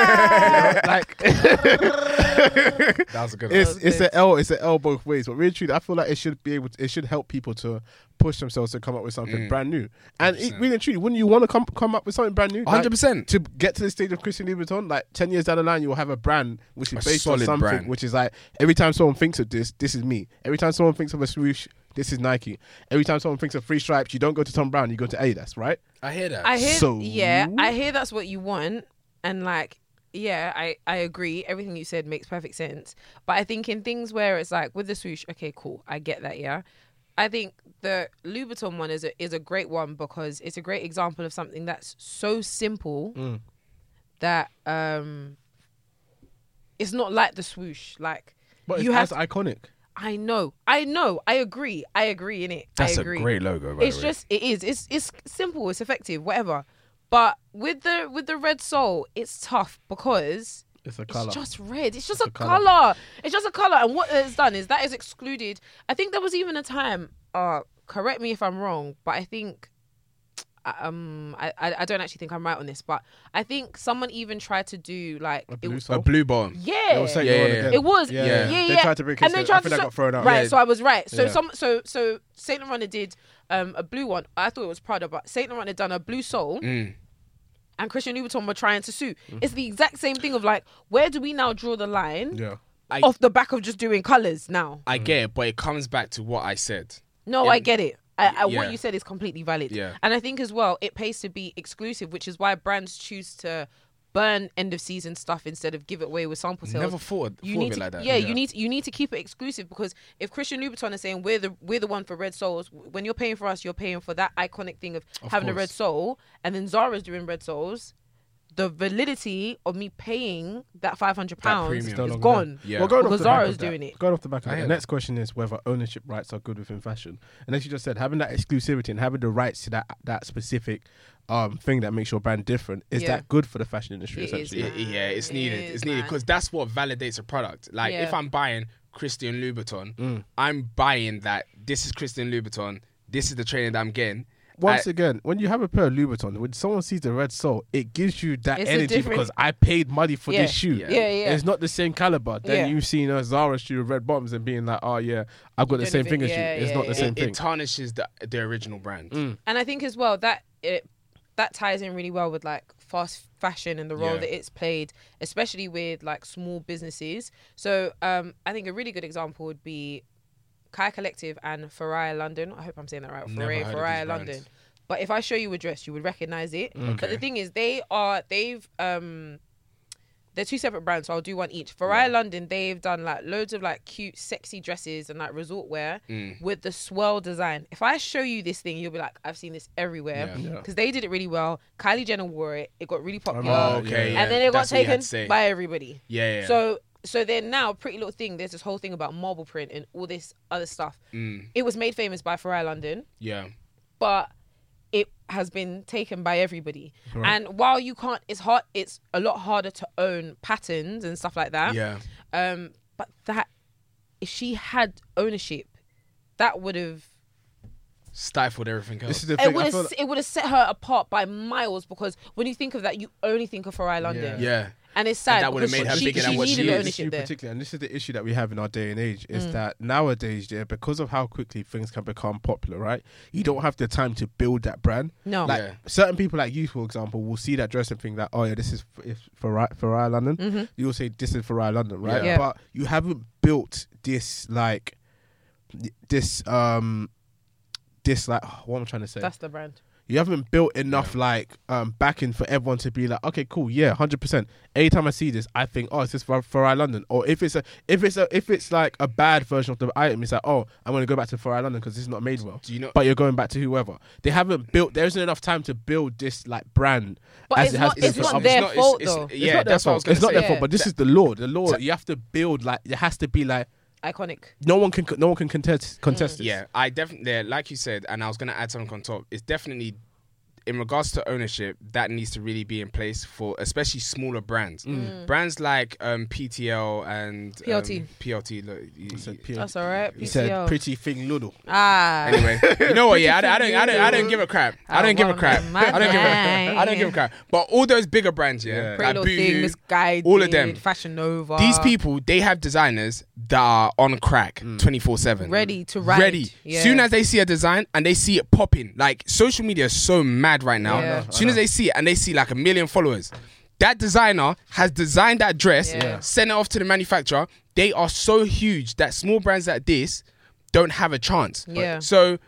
B: like
A: That was a good
B: it's
C: was
B: it's
C: good.
B: an L it's an L both ways. But really truly, I feel like it should be able to, it should help people to push themselves to come up with something brand new. And it, really and truly, wouldn't you want to come come up with something brand new? Like,
A: 100%.
B: to get to the stage of Christian Louboutin, like ten years down the line, you will have a brand which is
A: A
B: based on
A: solid
B: something
A: brand.
B: which is like every time someone thinks of this, this is me. Every time someone thinks of a swoosh, this is Nike. Every time someone thinks of three stripes, you don't go to Tom Brown, you go to Adidas, right?
A: I hear that.
C: I hear
B: So-
C: yeah, I hear that's what you want and like yeah, I I agree. Everything you said makes perfect sense. But I think in things where it's like with the swoosh, okay, cool. I get that, yeah. I think the Louboutin one is a, is a great one because it's a great example of something that's so simple
B: Mm.
C: that um it's not like the swoosh. Like
B: But
C: you have
B: it's as iconic.
C: I know. I know. I agree. I agree in it.
A: That's
C: I
A: a
C: agree.
A: great logo. By
C: It's
A: the way.
C: just it is. It's it's simple. It's effective. Whatever. But with the with the red soul, it's tough because
B: It's a
C: it's
B: color.
C: just red. It's just a,
B: colour.
C: color. It's just a color. And what it's done is that is excluded. I think there was even a time. Uh, correct me if I'm wrong, but I think. Um, I, I I don't actually think I'm right on this, but I think someone even tried to do like
B: A
C: it
B: blue
A: a
B: soul.
A: blue bond.
B: They were
C: yeah,
B: saying
A: Yeah,
B: you were
A: yeah,
B: on
A: yeah.
B: again.
C: it was
B: Yeah,
C: yeah
B: yeah.
C: yeah,
B: They tried to break
C: and
B: his
C: they
B: head. I
C: tried
B: think
C: to
B: that got thrown out.
C: right
A: Yeah.
C: so I was right so
B: Yeah.
C: some so so Saint Laurent had did um a blue one I thought it was Prada but Saint Laurent had done a blue sole
A: Mm.
C: and Christian Louboutin were trying to sue it's the exact same thing of like where do we now draw the line
B: Yeah.
A: I-
C: off the back of just doing colors now
A: I get it, but it comes back to what I said.
C: no
A: Yeah.
C: I get it I, I,
A: Yeah.
C: what you said is completely valid
A: Yeah.
C: and I think as well it pays to be exclusive which is why brands choose to burn end of season stuff instead of give it away with sample sales
A: Never thought,
C: you
A: thought
C: need
A: of it
C: to,
A: like that.
C: Yeah, you need you need to keep it exclusive because if Christian Louboutin is saying we're the we're the one for red souls, when you're paying for us, you're paying for that iconic thing of, having a red
B: course.
C: soul, and then Zara's doing red souls. The validity of me paying that five hundred pounds
A: premium.
C: is
A: It's no
B: longer
C: gone.
A: Yeah.
B: Well, going
C: Because
B: off the back
C: Zara's
B: of that-
C: doing it.
B: Going off the back of
A: I
B: that, the
A: hear
B: next question is whether ownership rights are good within fashion. And as you just said, having that exclusivity and having the rights to that that specific um, thing that makes your brand different is
C: Yeah.
B: that good for the fashion industry?
C: It is,
B: essentially,
A: Yeah,
C: man.
A: yeah, it's
C: It
A: needed.
C: is,
A: it's needed
C: man.
A: because that's what validates a product. Like if
C: Yeah.
A: I'm buying Christian Louboutin, I'm buying that this is Christian Louboutin. This is the training that I'm getting.
B: Once
A: I-
B: again, when you have a pair of Louboutin, when someone sees the red sole, it gives you that
C: It's a
B: energy
C: different-
B: because I paid money for
C: Yeah.
B: this shoe.
A: Yeah.
C: Yeah, yeah.
B: It's not the same caliber. Then
C: Yeah.
B: you've seen a Zara shoe with red bottoms and being like, oh yeah, I've got the
C: don't
B: same
C: even-
B: thing as you.
C: yeah,
B: It's
C: yeah,
B: not
C: yeah.
B: the same
A: it,
B: thing.
A: it tarnishes the, the original brand.
C: And I think as well that it that ties in really well with like fast fashion and the role
A: Yeah.
C: that it's played, especially with like small businesses. So um, I think a really good example would be Kai Collective and Farai London. I hope I'm saying that right.
A: Never
C: Farai
A: heard of
C: Farai
A: these
C: London.
A: brands. Mm.
C: But if I show you a dress, you would recognize it. But
A: Okay.
C: the thing is, they are they've um, they're two separate brands, so I'll do one each. Farai London, they've done like loads of like cute, sexy dresses and like resort wear
A: Mm.
C: with the swell design. If I show you this thing, you'll be like, I've seen this everywhere
A: Yeah.
C: because
B: Yeah.
C: they did it really well. Kylie Jenner wore it; it got really popular,
A: Oh, okay. yeah.
C: and then it got
A: That's what you had
C: taken
A: to say.
C: by everybody.
A: Yeah, yeah.
C: So so then now Pretty Little Thing, there's this whole thing about marble print and all this other stuff.
A: Mm,
C: It was made famous by Farai London
A: yeah.
C: but it has been taken by everybody. And while you can't, it's hard. It's a lot harder to own patterns and stuff like that.
A: Yeah.
C: Um, but that if she had ownership, that would have
A: Stifled everything else.
B: This is the
C: it
B: thing. I
C: would have
B: feel
C: it would have set her apart by miles because when you think of that, you only think of Farai London.
A: yeah.
C: and it's sad
A: that would've
C: because
A: made her
C: she,
A: bigger
C: she
A: than what
C: needed
A: she
C: the
A: is.
B: issue
C: ownership there. Mm.
B: particularly, and this is the issue that we have in our day and age, is that nowadays, yeah, because of how quickly things can become popular, right? You don't have the time to build that brand.
C: No.
B: like
A: Yeah.
B: certain people, like you, for example, will see that dress and think that, oh yeah, this is f- if Farai Farai London. You'll say this is Farai London, right?
C: Mm-hmm. Yeah. Yeah.
B: But you haven't built this like this um this like what am I trying to say?
C: That's the brand.
B: you haven't built enough like um backing for everyone to be like, okay, cool, yeah, hundred percent. Anytime I see this, I think, oh, is this for Farai London? Or if it's a if it's a if it's like a bad version of the item, it's like, oh, I'm gonna go back to Farai London because this is not made well.
A: Do you know?
B: But you're going back to whoever. They haven't built. There isn't enough time to build this like brand
C: But it's
B: as it has
C: not-
B: been
C: it's
B: for
C: not
B: others.
C: their
A: it's-
C: fault,
A: it's-
C: though.
A: Yeah,
B: their
A: that's what I
B: fault.
A: was going
B: It's not
A: to
B: their
A: say.
B: fault, but this is the law. The law. You have to build like it has to be like
C: Iconic.
B: no one can no one can
C: Mm.
B: contest contest this.
A: Yeah, I definitely, yeah, like you said, and I was going to add something on top. It's definitely, in regards to ownership, that needs to really be in place for especially smaller brands.
B: Mm.
C: Mm.
A: Brands like um, PTL and um,
C: PLT.
A: PLT. Look, you-
B: He said,
A: you-
B: "Pure."
C: That's all right.
B: He said,
C: PCL.
B: "Pretty thing, Ludo."
C: ah.
A: Anyway, you know what? Yeah, I, I don't, I don't, I don't give a crap. I
C: Oh,
A: don't give a
C: well,
A: crap.
C: my
A: I don't give a, I don't
C: mind.
A: give a crap. But all those bigger brands,
B: Yeah.
A: yeah,
C: Pretty little
A: Boohoo,
C: thing, misguided.
A: all of them.
C: Fashion Nova.
A: These people, they have designers that are on crack 24 7.
C: Mm. Ready to ride.
A: Ready.
C: Yeah.
A: Soon as they see a design and they see it popping, like social media is so mad right now.
C: Yeah. I know,
A: Soon as they see it and they see like a million followers, that designer has designed that dress,
C: Yeah.
A: sent it off to the manufacturer. They are so huge that small brands like this don't have a chance.
C: Yeah.
A: So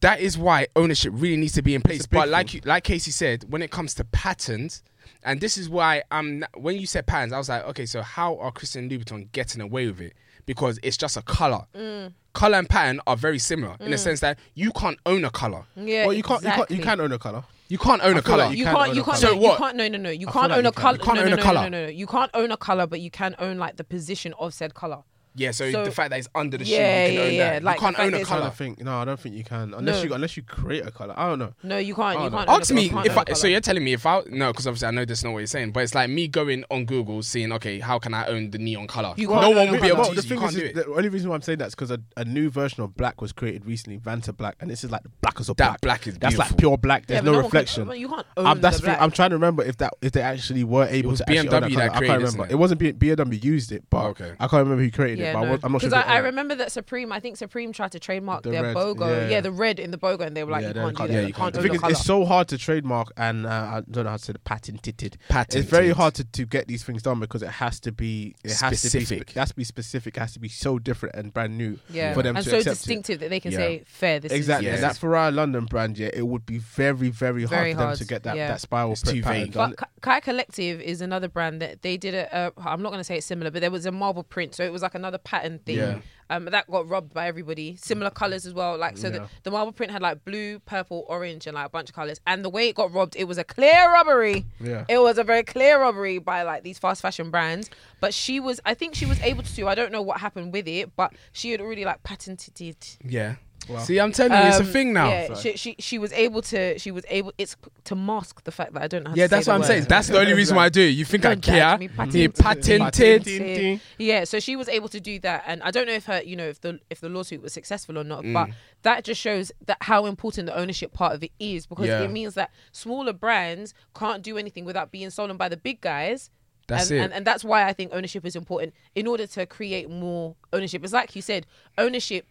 A: that is why ownership really needs to be in place.
B: a big
A: But like
B: thing.
A: you you- like Casey said, when it comes to patterns, and this is why I'm n- when you said patterns, I was like, okay, so how are Christian Louboutin getting away with it? Because it's just a color.
C: Mm.
A: Color and pattern are very similar in the sense that you can't own a color.
C: Yeah.
B: Well, you can't,
C: exactly.
B: you can't, you can own a color.
A: You can't own
B: feel
A: a color.
B: like
C: You
B: can't
C: can't.
B: own
C: You
B: a
C: can't.
A: colour.
C: no,
A: So
C: you
A: what?
C: can't- No, no, no. You can't
B: I feel like
C: own
B: you
C: a
B: can.
C: color.
A: You can't
C: no,
A: own
C: no,
A: a
C: no,
A: colour.
C: No, no, no. You can't own a color, but you can own like the position of said color.
A: Yeah, so,
C: So-
A: the fact that it's under the
C: Yeah,
A: shoe, you can
C: yeah,
A: own
C: yeah.
A: that.
C: Like,
A: you can't
C: the fact
A: own
C: that
A: a
C: it's
B: I
A: color.
B: don't think. No, I don't think you can unless
C: No.
B: you unless you create a color. I don't know.
C: No, you can't.
B: Oh,
C: You
B: no.
C: can't. own a
A: Ask
C: colour.
A: me
C: You can't
A: if
C: own
A: I,
C: a colour.
A: so you're telling me if I no because obviously I know that's not what you're saying but it's like me going on Google seeing okay how can I own the neon color
C: You
A: no
C: can't
A: one
C: own
A: will
C: a
A: be able
B: Well,
A: to
B: the
A: use it. you
B: thing
A: can't
B: is,
A: do
B: is
A: it
B: the only reason why I'm saying that is because a, a new version of black was created recently, Vanta Black, and this is like the blackest of
A: That
B: black.
A: black is
B: that's like
A: beautiful.
B: pure black.
C: Yeah,
B: There's
C: but
B: no,
C: one can-
B: reflection.
C: You can't own
B: I'm, that's
C: the
B: the thing.
C: black.
B: I'm trying to remember if that if they actually were able
A: was
B: to actually own
A: BMW
B: colour.
A: that
B: I
A: created
B: can't remember.
A: it, isn't it?
B: It wasn't B- BMW used it, but
A: Okay.
B: I can't remember who created it. But I was, I'm not sure.
C: Because
B: if
C: I, I
B: they-
C: remember that Supreme, I think Supreme tried to trademark
B: The
C: their
B: red,
C: logo.
B: yeah.
C: Yeah. the red in the logo, and they were like,
B: Yeah,
C: you
B: they
C: can't do
B: can't-
C: that.
A: yeah,
C: you
A: you
C: can't
A: can't
B: The
A: do
C: own
B: thing
A: that.
C: the
B: is,
C: color.
B: it's so hard to trademark, and uh, I don't know how to say the patented.
A: Patented.
B: It's very hard to, to get these things done because it has to be it has to be
A: Specific.
B: spe- it has to be specific. It has to be so different and brand new
C: Yeah,
B: for them
C: and
B: to
C: so
B: accept it.
C: distinctive that they can
B: Yeah.
C: say, fair. This
B: Exactly.
A: Yes.
C: is
B: And that Ferrari London brand, yeah, it would be very, very hard
C: Very
B: for them
C: hard,
B: to get that,
C: yeah.
B: that spiral
A: It's
B: print
A: too
B: pattern
A: vague.
B: done.
C: But Ka- Kai Collective is another brand that they did a. Uh, I'm not going to say it's similar, but there was a marble print, so it was like another pattern thing.
B: Yeah.
C: Um, that got robbed by everybody. Similar colors as well. Like so,
B: Yeah.
C: the, the marble print had like blue, purple, orange, and like a bunch of colors. And the way it got robbed, it was a clear robbery.
B: Yeah.
C: It was a very clear robbery by like these fast fashion brands. But she was, I think she was able to. I don't know what happened with it, but she had already like patented it.
A: yeah see I'm telling you it's a
C: Um,
A: thing now
C: Yeah, she, she she was able to. She was able. It's p- to mask the fact that I don't know. How
A: Yeah,
C: to say
A: that's
C: the
A: what I'm
C: word.
A: saying. That's the only reason why I do it. You think I
C: Don't judge
A: care?
C: me,
A: He
C: patented.
A: patented.
B: Patented.
C: Yeah, so she was able to do that, and I don't know if her, you know, if the if the lawsuit was successful or not,
A: Mm.
C: but that just shows that how important the ownership part of it is because
A: Yeah.
C: it means that smaller brands can't do anything without being stolen by the big guys.
A: That's
C: and,
A: it.
C: And, and that's why I think ownership is important in order to create more ownership. It's like you said, ownership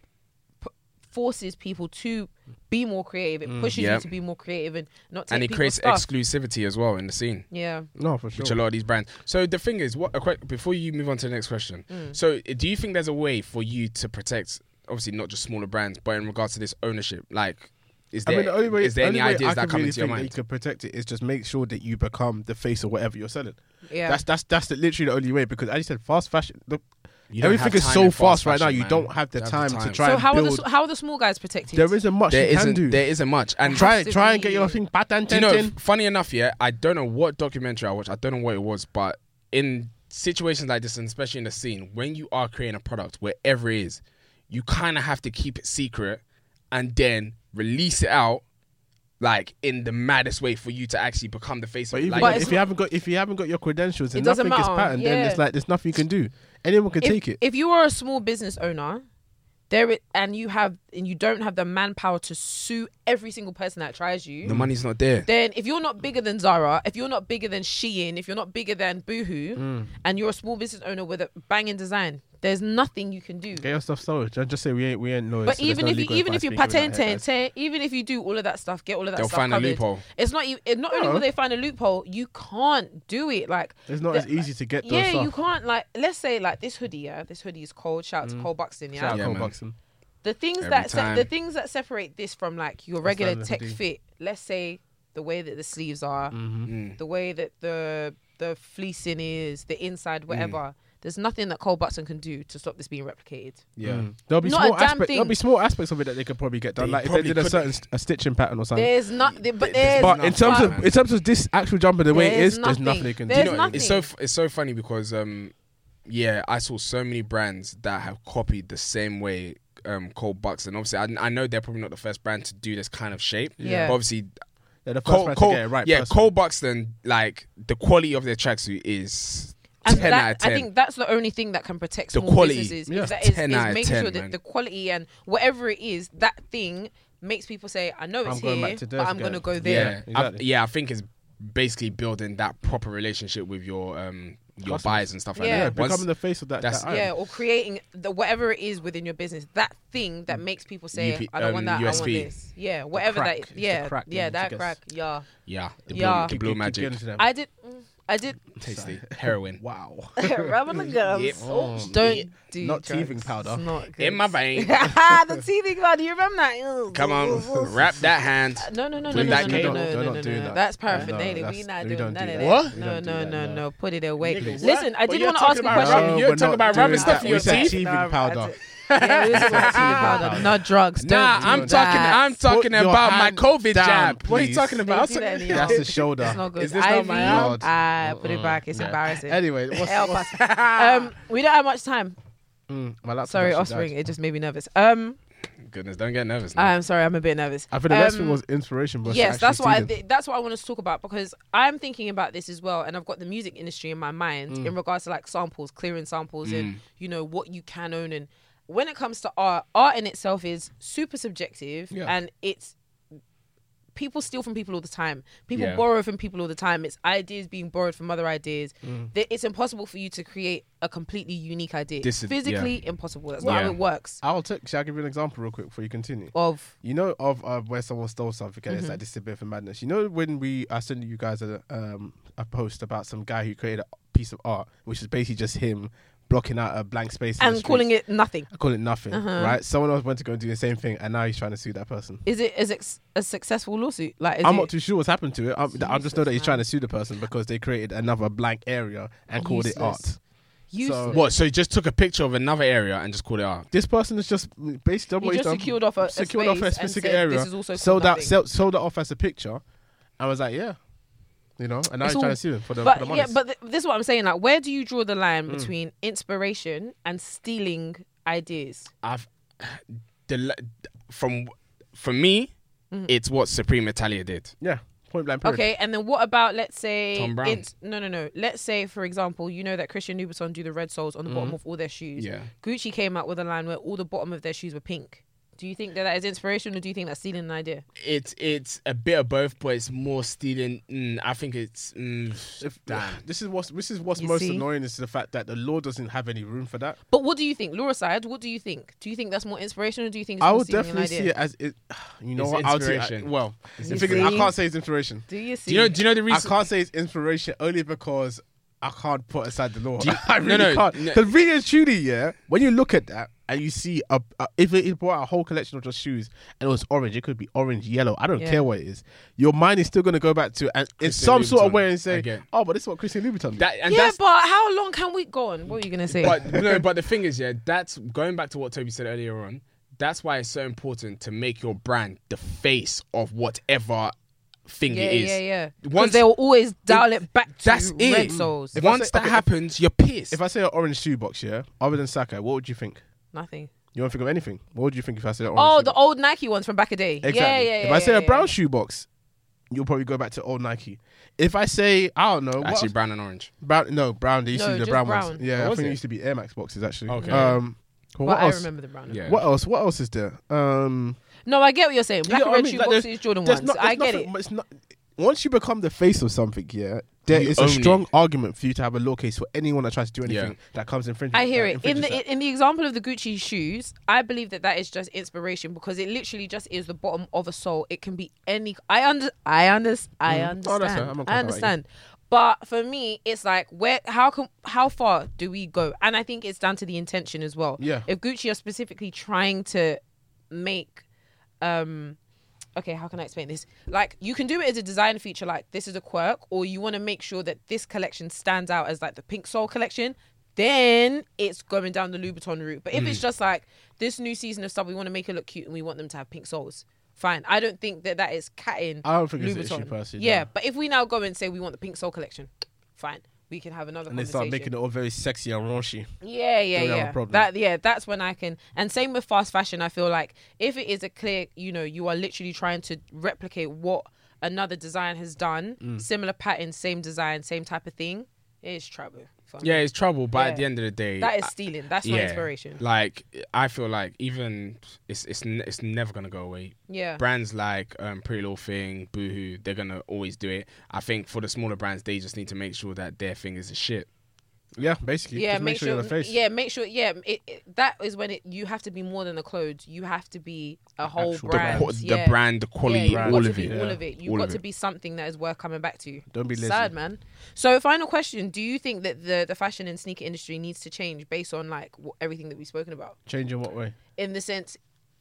C: p- forces people to be more creative. It pushes
A: Yeah.
C: you to be more creative and not take
A: Mm, And it
C: people's
A: creates
C: stuff.
A: exclusivity as well in the scene,
C: yeah.
B: No, for
A: which a
B: sure.
A: lot of these brands. So the thing is, what a que- before you move on to the next question.
C: Mm.
A: So eh, do you think there's a way for you to protect, obviously not just smaller brands, but in regards to this ownership, like, is
B: I
A: there
B: mean, the only way,
A: is there
B: only
A: any
B: way
A: ideas
B: I
A: that
B: can
A: come
B: really
A: into your
B: think that
A: mind?
B: you can protect it is just make sure that you become the face of whatever you're selling.
C: Yeah.
B: That's that's that's the, literally the only way because as you said, fast fashion. Look,
A: You don't
B: everything
A: have
B: is
A: time
B: so
A: in
B: fast,
A: fast
B: right now.
A: fashion,
B: You
A: man.
B: don't have the
A: You don't
B: time
A: have the
B: to
A: time.
B: try
C: So
B: and
C: how are
B: build.
C: the s- how are the small guys protected?
B: there isn't much
A: There
B: you can
A: isn't.
B: do.
A: There isn't much. And
C: Has
B: try
C: to
B: try and get
C: be-
B: your thing
A: Do you know,
B: patented.
A: f- funny enough, yeah, I don't know what documentary I watched. I don't know what it was, but in situations like this, and especially in the scene, when you are creating a product, wherever it is, you kind of have to keep it secret and then release it out, like in the maddest way for you to actually become the face
B: But
A: of.
B: even
A: Like,
B: like,
C: it's
B: if you haven't got if you haven't got your credentials and
C: It doesn't
B: nothing is
C: matter,
B: patented, then
C: yeah.
B: it's like there's nothing you can do. Anyone can
C: if,
B: take it.
C: If you are a small business owner, there i- and you have and you don't have the manpower to sue every single person that tries you,
A: The money's not there.
C: then if you're not bigger than Zara, if you're not bigger than Shein, if you're not bigger than Boohoo, and you're a small business owner with a banging design, there's nothing you can do.
B: Get your stuff sold. Ju- Just say we ain't we ain't no.
C: But even if you even if you patent even if you do all of that stuff, get all of that
A: They'll
C: stuff
A: find a
C: covered,
A: loophole.
C: It's not even not only
B: No.
C: will they find a loophole, you can't do it. Like
B: it's not
C: the-
B: as easy to get those
C: yeah,
B: stuff.
C: you can't like let's say like this hoodie, yeah. This hoodie is cold. Shout out to Cole Buxton, yeah.
B: Shout out
A: Yeah,
B: Cole
A: man.
B: Buxton.
C: The things
A: Every
C: that se-
A: time.
C: the things that separate this from like your regular
B: standard
C: tech
B: hoodie.
C: fit, let's say the way that the sleeves are,
A: Mm-hmm.
C: the way that the the fleecing is, the inside,
A: Mm.
C: whatever. There's nothing that Cole Buxton can do to stop this being replicated.
A: Yeah.
B: Mm. There'll be
C: Not a
B: small
C: damn
B: aspects. There'll
C: thing.
B: be small aspects of it that they could probably get done.
A: They
B: like if they
A: probably
B: did a
A: could.
B: certain st- a stitching pattern or
A: Um,
B: something.
C: There's not, there- but there's
A: there's
B: but in terms of
A: nothing.
B: in terms of this actual jumper, the way it
C: There's
B: is, there's
C: nothing.
B: nothing they can
A: You
C: There's
B: do.
A: know,
C: nothing.
A: it's so f- it's so funny because um, yeah, I saw so many brands that have copied the same way um Cole Buxton. Obviously, I, I know they're probably not the first brand to do this kind of shape.
C: Yeah.
A: But obviously,
B: They're the first
A: Cole,
B: man to
A: Cole-
B: get it right.
A: yeah,
B: person.
A: Cole Buxton, like the quality of their tracksuit is
C: and
A: ten
C: that,
A: out of ten.
C: I think that's the only thing that can protect
A: The
C: small
A: quality.
C: businesses.
B: Yeah.
C: Is, that is,
A: 10
C: is
A: out of
C: making
A: 10,
C: sure that
A: man.
C: the quality and whatever it is, that thing makes people say, "I know it's
B: I'm going
C: here,
B: back to
C: but I'm
B: Durst
C: going to
B: again."
C: go there."
A: yeah, I,
B: exactly.
A: yeah, I think it's basically building that proper relationship with your um your
B: Customers.
A: buyers and stuff like
C: Yeah.
B: yeah,
A: that. Once-
B: becoming the face of that.
A: that's-
B: that
C: Yeah.
B: item.
C: or creating the whatever it is within your business, that thing that makes people say,
A: UP,
C: "I don't want
A: Mm.
C: that,
A: um,
C: I want
A: USP.
C: this." Yeah, whatever
B: crack. It's
C: that.
B: the
C: Yeah,
B: crack
C: yeah,
B: that
C: that
B: gets-
C: crack.
A: Um,
C: Yeah,
A: yeah, the blue,
C: Yeah.
A: the
B: Keep-
A: blue
B: keep- keep
A: magic,
B: getting to them.
C: I did. mm, I did.
A: tasty heroin.
B: Wow.
C: Rubber
A: Yep.
C: Oh, don't
A: Yeah.
C: do
B: Not
C: drugs.
B: teething powder.
C: It's not good.
A: In my vein.
C: the teething powder. You remember that? Ugh.
A: Come on, wrap that hand.
C: No, no, no, no, no, no,
A: Please,
C: no,
A: that
C: no,
A: game.
C: no,
B: We're
C: no,
B: not
C: no,
B: doing
C: no.
B: that.
C: That's
B: No,
C: paraphernalia.
B: that's-
C: We're not
B: we
C: doing
B: don't
C: none
B: do
C: of
B: that.
C: that.
A: What?
B: We
C: No,
B: don't do
C: no,
B: that,
C: no,
B: no.
C: no. Put it away.
A: Niggas,
C: Listen,
A: what?
C: I
A: But
C: did
A: you're
C: want to
A: talking
C: ask a
A: about
C: question.
A: rubbing- you're talking about rubbing
B: rubbing
A: stuff in your teeth.
B: Teething powder.
C: Yeah, we was talking about teething powder. Not drugs. Don't
A: Nah,
C: do
A: I'm
C: that.
A: talking. I'm talking
B: Put your
A: about my
B: hand
A: COVID
B: down,
A: jab. What are you
B: please.
A: talking
C: Don't
A: about?
C: do that anymore.
B: That's the shoulder.
C: It's not good.
A: Is this not
C: IV?
A: my
B: yard?
C: Ah, put it back. It's embarrassing.
B: Anyway, what's,
C: Help
B: what's,
C: us. Um, we don't have much time.
B: Mm, my laptop
C: Sorry,
B: actually
C: offspring.
B: died.
C: It just made me nervous. Um,
A: Goodness, don't get nervous. Now.
C: I'm sorry. I'm a bit nervous.
B: I think the next thing
C: Um,
B: was inspiration. Was
C: yes,
B: actually
C: that's what I
B: teething.
C: thi- that's what I want to talk about because I'm thinking about this as well, and I've got the music industry in my mind
A: Mm.
C: in regards to like samples, clearing samples, and you know what you can own. And when it comes to art, art in itself is super subjective,
B: Yeah.
C: and it's people steal from people all the time. People
A: Yeah.
C: borrow from people all the time. It's ideas being borrowed from other ideas.
A: Mm.
C: That It's impossible for you to create a completely unique idea.
A: This is- yeah.
C: Physically impossible. That's not
A: Yeah.
C: how it works.
B: I'll take. Shall I give you an example real quick before you continue?
C: Of
B: You know of uh, where someone stole something and
C: Mm-hmm.
B: it's like this is a bit of a madness. You know when we I sent you guys a um a post about some guy who created a piece of art which is basically just him blocking out a blank space in the
C: and calling
B: streets.
C: it Uh-huh. nothing.
B: I call it nothing, right? Someone else went to go and do the same thing, and now he's trying to sue that person.
C: Is it is it a successful lawsuit? Like, is
B: I'm
C: it,
B: not too sure what's happened to it. I'm, I just know that he's
C: Useless,
B: trying to sue the person because they created another blank area and called it
C: Useless.
B: art.
C: Useless.
A: What? So you just took a picture of another area and just called it art.
B: This person is just based on
C: He
B: what he's
C: just
B: done,
C: secured off a- a
B: secured off
C: space
B: a
C: and
B: specific
C: said,
B: area,
C: "This is also called
B: sold out,
C: nothing."
B: sold, sold it off as a picture, and was like, yeah, you know, and now
C: It's
B: he's
C: all-
B: trying to sue him for the, for
C: But
B: the
C: yeah,
B: monies.
C: but th- this is what I'm saying. Like, where do you draw the line between inspiration and stealing ideas?
A: I've the from for me,
C: Mm-hmm.
A: it's what Supreme Italia did.
B: yeah, point blank. Period.
C: Okay, and then what about let's say
A: Tom Brown.
C: ins- no, no, no. Let's say for example, you know that Christian Louboutin do the red soles on the bottom of all their shoes.
A: Yeah.
C: Gucci came out with a line where all the bottom of their shoes were pink. Do you think that that is inspiration, or do you think that's stealing an idea?
A: It's it's a bit of both, but it's more stealing. Mm, I think it's mm,
B: If-
A: damn.
B: this is what's this is what's
C: You
B: most
C: see?
B: annoying is the fact that the law doesn't have any room for that.
C: But what do you think, Laura side? What do you think? Do you think that's more inspiration, or do you think it's
B: I
C: more
B: would
C: stealing
B: definitely
C: an idea?
B: see it as it. You know
A: It's
B: what? I would say, I,
A: inspiration.
B: well,
A: It's
B: the thing is, I
C: inspiration.
B: can't say it's inspiration.
C: Do you see?
A: Do you know? Do you know the
B: I
A: reason?
B: can't say it's inspiration only because I can't put aside the law.
A: Do you-
B: I
A: no,
B: really
A: no,
B: can't.
A: no.
B: Because really and truly, yeah, when you look at that and you see a, a if it, it bought a whole collection of just shoes and it was orange, it could be orange, yellow. I don't
C: Yeah.
B: care what it is. Your mind is still going to go back to and in
A: Christian
B: some sort of
A: Louboutin.
B: way and
A: I get
B: say,
A: it.
B: oh, but this is what Christian Louboutin. Did.
A: that, and
C: yeah,
A: that's
C: but how long can we go on? What are you gonna say?
A: but no, but the thing is, yeah, that's going back to what Toby said earlier on. That's why it's so important to make your brand the face of whatever thing
C: yeah,
A: it is.
C: yeah, yeah. Because
A: Once
C: they will always dial it back to
A: that's it.
C: red souls.
B: If I
A: Once
B: say-
A: that
B: okay, if-
A: happens, you're pissed.
B: If I say an orange shoe box, yeah, other than Saka, what would you think?
C: Nothing.
B: You don't think of anything. What would you think if I said an orange?
C: Oh,
B: shoe
C: the
B: box?
C: old Nike ones from back a day. Yeah,
B: exactly.
C: yeah, yeah.
B: if I say
C: yeah,
B: a brown shoe box, you'll probably go back to old Nike. If I say I don't know, what
A: Actually,
B: else?
A: brown and orange.
B: Brown, no, brown. They used
C: No,
B: to do the
C: just
B: brown,
C: brown.
B: ones. Yeah,
A: Oh,
B: I
A: was
B: think
A: it?
B: it used to be Air Max boxes actually.
A: Okay.
B: Um, Well,
C: but
B: what
C: I
B: else?
C: remember the brown.
A: Yeah.
B: What else? What else is there? Um,
C: No, I get what you're saying. Black
B: you
C: and
B: know what
C: red
B: I mean?
C: shoe
B: Like,
C: boxes,
B: there's-
C: Jordan
B: there's
C: ones.
B: not-
C: I
B: there's
C: get
B: nothing- It's not, once you become the face of something, yeah, there
A: You
B: is
A: own
B: a strong argument for you to have a law case for anyone that tries to do
A: Yeah.
B: anything that comes infringing.
C: it. I hear it.
B: that
C: In
B: infringes
C: the
B: that.
C: in the example of the Gucci shoes, I believe that that is just inspiration because it literally just is the bottom of a sole. It can be any. I under. I under. I
B: Mm. Oh,
C: understand.
B: that's fair. I'm not
C: I
B: gonna fight you.
C: understand. But for me, it's like where how can how far do we go? And I think it's down to the intention as well.
B: Yeah.
C: If Gucci are specifically trying to make um okay, how can I explain this? Like you can do it as a design feature, like this is a quirk, or you want to make sure that this collection stands out as like the pink soul collection. Then it's going down the Louboutin route. But if it's
B: Hmm.
C: just like this new season of stuff, we want to make it look cute and we want them to have pink soles. Fine. I don't think that that is catting.
B: I don't think it's an
C: Louboutin.
B: issue personally,
C: Yeah,
B: no.
C: but if we now go and say we want the pink soul collection, fine. We can have another
B: and they
C: conversation.
B: start making it all very sexy and raunchy.
C: Yeah, yeah,
B: we have a
C: yeah.
B: problem.
C: That yeah, that's when I can. And same with fast fashion. I feel like if it is a clear, you know, you are literally trying to replicate what another design has done,
B: Mm.
C: similar pattern, same design, same type of thing, it's trouble. for me.
A: Yeah, it's trouble, but at
C: Yeah.
A: the end of the day,
C: that is
A: I-
C: stealing. That's not inspiration.
A: Like I feel like even it's it's n- it's never gonna go away.
C: yeah,
A: Brands like um, Pretty Little Thing, Boohoo, they're gonna always do it. I think for the smaller brands, they just need to make sure that their thing is a shit.
B: Yeah, basically.
C: yeah.
B: just make, sure you're the face.
C: Yeah, make sure. Yeah, it, it- that is when it. You have to be more than the clothes. You have to be a whole
B: actual
C: brand.
A: The, qu-
C: yeah.
A: the brand, the quality,
C: yeah, you've
B: Brand.
A: all
C: got
A: of
C: to
A: it.
C: be all of it. You've
A: All
C: got
A: of
C: to
A: it.
C: be something that is worth coming back to.
B: Don't be lazy.
C: Sad man. So, final question: Do you think that the the fashion and sneaker industry needs to change based on like wh- everything that we've spoken about?
B: Change in what way?
C: In the sense,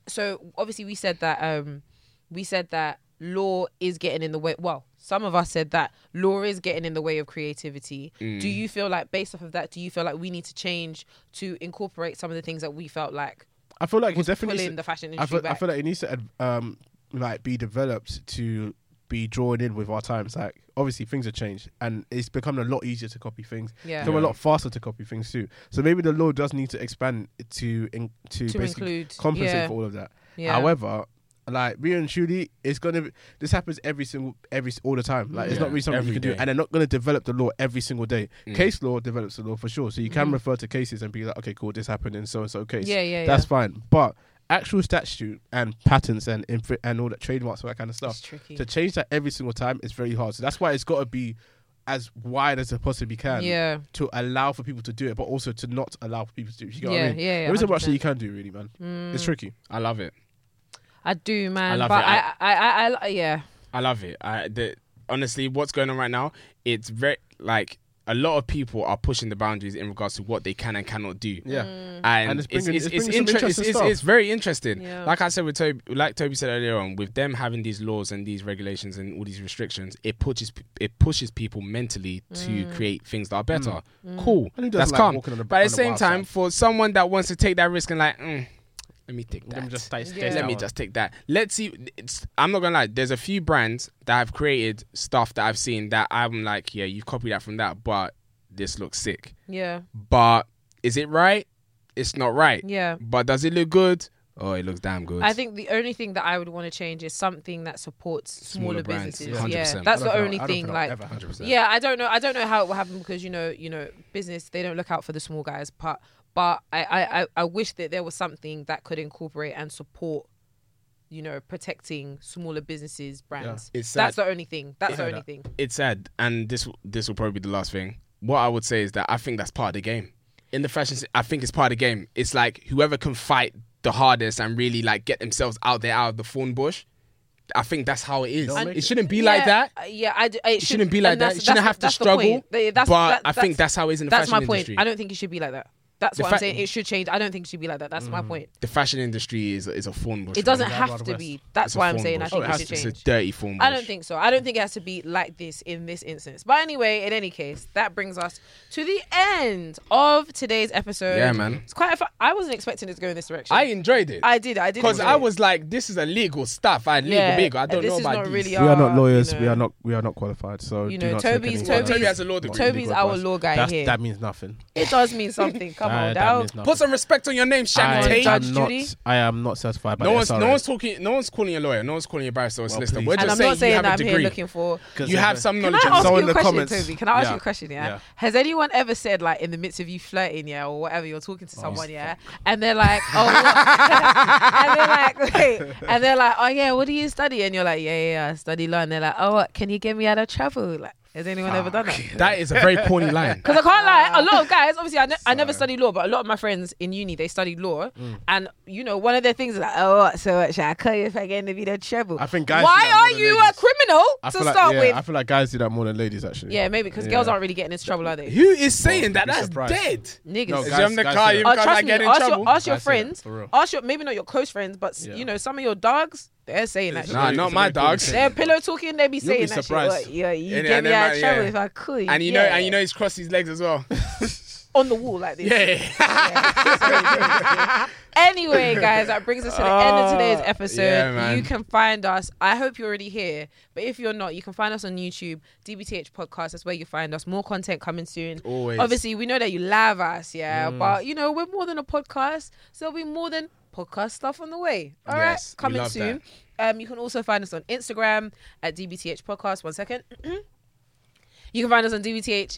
C: so obviously we said that um we said that law is getting in the way. Well, some of us said that law is getting in the way of creativity.
A: Mm.
C: Do you feel like based off of that? Do you feel like we need to change to incorporate some of the things that we felt like
B: I feel like it's definitely.
C: pulling the fashion
B: I
C: industry
B: feel, I
C: back?
B: feel like it needs to ad- um like be developed to be drawn in with our times. Like obviously things have changed and it's become a lot easier to copy things.
C: Yeah.
B: So a
A: Yeah.
B: lot faster to copy things too. So maybe the law does need to expand it to in, to,
C: To
B: basically
C: include-
B: compensate
C: yeah.
B: for all of that.
C: Yeah.
B: However, like real and truly, it's gonna be, this happens every single every all the time. Like it's
A: Yeah.
B: not really something
A: Every
B: you can
A: day. Mm.
B: do, and they're not gonna develop the law every single day. Case law develops the law for sure, so you can refer to cases and be like, okay, cool, this happened in so and so case.
C: Mm. Yeah, yeah,
B: That's
C: yeah.
B: fine, but actual statute and patents and infri- and all that trademarks all that kind of stuff
C: It's tricky.
B: to change that every single time is very hard. So that's why it's got to be as wide as it possibly can
C: Yeah.
B: to allow for people to do it, but also to not allow for people to do it. You get what
C: Yeah,
B: I mean?
C: yeah, Mm. yeah,
B: there isn't much that
C: 100%.
B: you can do, really, man. It's tricky.
A: I love it.
C: I do, man.
A: I love
C: but
A: it.
C: I, I, I, I, I, yeah.
A: I love it. I the, honestly, what's going on right now? It's very like a lot of people are pushing the boundaries in regards to what they can and cannot do.
B: Yeah. Mm.
A: and,
B: And
A: it's
B: it's
A: it's
B: bringing-
A: it's,
B: it's bringing some
A: inter- it's,
B: interesting
A: it's,
B: stuff.
A: it's very interesting.
C: Yeah.
A: Like I said with Toby, like Toby said earlier on, with them having these laws and these regulations and all these restrictions, it pushes p- it pushes people mentally to create things that are better.
B: Mm. And
A: Cool,
B: who doesn't
A: that's
B: like
A: calm.
B: walking on the-
A: but at
B: on
A: the
B: the
A: same
B: wild
A: time,
B: side?
A: for someone that wants to take that risk and like, mm, let me take that.
C: Yeah.
A: Let me just take that. Let's see. It's, I'm not gonna lie. There's a few brands that have created stuff that I've seen that I'm like, yeah, you copied that from that, but this looks sick.
C: Yeah,
A: But is it right? It's not right.
C: yeah.
A: But does it look good? Oh, it looks damn good.
C: I think the only thing that I would want to change is something that supports smaller,
A: Smaller brands,
C: businesses.
A: yeah.
C: Yeah,
A: 100%.
C: that's
B: I
C: the
B: don't
C: only
B: think I'll- I don't
C: thing.
B: think I'll
C: Like,
B: ever 100%.
C: yeah, I don't know. I don't know how it will happen because you know, you know, business they don't look out for the small guys. But but I I I, I wish that there was something that could incorporate and support. You know, protecting smaller businesses, brands.
A: It's
C: That's
A: sad.
C: the only thing. That's the
B: Yeah.
C: only thing.
A: it's sad, and this this will probably be the last thing. What I would say is that I think that's part of the game. In the fashion, se- I think it's part of the game. It's like whoever can fight the hardest and really like get themselves out there out of the thorn bush. I think that's how it is.
B: They'll make
A: It
B: it.
A: shouldn't be
C: Yeah,
A: like that.
C: uh, Yeah, I d- it
A: It shouldn't be like
C: and
A: that.
C: that's-
A: You shouldn't
C: that's-
A: have to
C: that's the point.
A: struggle.
C: They- that's-
A: but
C: that-
A: I think that's how it is in the
C: that's
A: fashion
C: my point.
A: industry.
C: I don't think it should be like that. That's
A: The Mm.
C: what I'm
A: fact-
C: saying. It should change. I don't think it should be like that. That's my point.
A: the fashion industry is is a thorn bush.
C: It doesn't
A: man.
B: Wild
C: have
B: Wild
C: to
B: West.
C: be. That's
A: It's a
C: why I'm
A: thorn
C: saying I
A: bush.
C: think
B: Oh, it
C: it
B: has
C: should
B: to.
A: It's
C: change.
A: a dirty thorn bush.
C: I don't think so. I don't think it has to be like this in this instance. But anyway, in any case, that brings us to the end of today's episode.
A: Yeah, man.
C: It's quite. A fu- I wasn't expecting it to go in this direction.
A: I enjoyed it
C: I did. I did.
A: because
C: enjoy
A: I
C: it.
A: was like, "This is illegal stuff. I legal
C: Yeah,
A: big. I don't
C: this
A: know
C: is
A: about
C: not
A: these."
C: really
B: We are
C: Uh,
B: not lawyers.
C: you
B: We
C: know.
B: are not. We are not qualified. So
C: You
B: do
C: know,
B: not
C: Toby's-
B: Take any
C: Toby's-
A: Toby has a law degree.
C: Toby's
B: legal
C: our
B: advice.
C: law guy
B: That's,
C: here.
B: That means nothing.
C: It does mean something. Come Come
B: Nah,
C: on,
B: that
C: dog.
B: means nothing.
A: Put some respect on your name,
B: I
A: Shanty.
C: Judge
B: am not.
C: Judy?
B: I am not satisfied by
A: No
B: the
A: one's,
B: SRA.
A: no one's talking. No one's calling you a lawyer. No one's calling you a barrister or a solicitor.
B: please.
A: We're
B: And
A: just
C: And I'm
A: saying
C: not saying
A: you have
C: that
A: a
C: I'm here
A: degree.
C: looking for.
B: 'Cause
A: you
B: of
A: have
B: the-
A: some
C: Can
A: knowledge.
C: I ask
A: of something.
B: Someone
C: you
B: in
C: a
B: the
C: question,
B: comments.
C: Toby? Can I ask
B: Yeah.
C: you a question? Yeah?
B: Yeah.
C: Has anyone ever said like in the midst of you flirting, yeah, or whatever, you're talking to
B: Oh,
C: someone, yeah, and they're like, oh, what? and they're like, wait, and they're like, oh yeah, what do you study? And you're like, yeah, yeah, yeah I study law. And they're like, oh, what, can you get me out of trouble? Like, has anyone ever done that?
A: That is a very corny line.
C: Because I can't lie, a lot of guys, obviously, I, ne- I never studied law, but a lot of my friends in uni, they studied law.
B: Mm.
C: And, you know, one of their things is like, oh, what, so what, should I cut you if I get into the trouble?
B: I think guys do
C: Why
B: that more
C: are
B: than
C: you a
B: ladies.
C: criminal
B: I
C: to
B: feel like,
C: start
B: yeah,
C: with?
B: I feel like guys do that more than ladies actually.
C: yeah, maybe because girls
B: Yeah.
C: aren't really getting into trouble, are they?
A: Who is saying that?
B: be
A: That's
B: surprised.
A: dead.
C: Niggas.
B: No,
A: Is
B: guys-
A: you on the
B: guys
A: car?
B: do
A: You
C: Oh,
B: that.
A: can't
C: trust
A: like
C: me.
A: get in
C: Ask
A: trouble.
C: your, ask your
B: Guys do that,
C: friends.
B: for real.
C: Ask your maybe not your close friends, but s
B: Yeah.
C: you know some of your dogs. They're saying that.
A: Nah,
C: shit.
A: not
B: It's
A: my
B: really cool to
A: dogs.
B: see.
C: They're pillow talking. They be saying
B: be
C: that. Shit.
B: surprised.
C: What, yeah, you
A: And-
C: get
A: and
C: me
A: then
C: out
A: that-
C: of trouble
A: yeah.
C: if I could.
A: And you know,
C: yeah.
A: and you know, he's crossed his legs as well.
C: on the wall like this.
A: Yeah.
C: Anyway, guys, that brings us to the end of today's episode.
A: Oh, yeah, man.
C: you can find us. I hope you're already here, but if you're not, you can find us on YouTube, DBTH Podcast. That's where you find us. More content coming soon.
A: Always. Mm.
C: Obviously, we know that you love us, yeah, but you know, we're more than a podcast, so there'll be more than podcast stuff on the way. All right,
A: Yes, we
C: coming
A: love
C: soon. Um, you can also find us on Instagram at DBTH Podcast. One second. You can find us on DBTH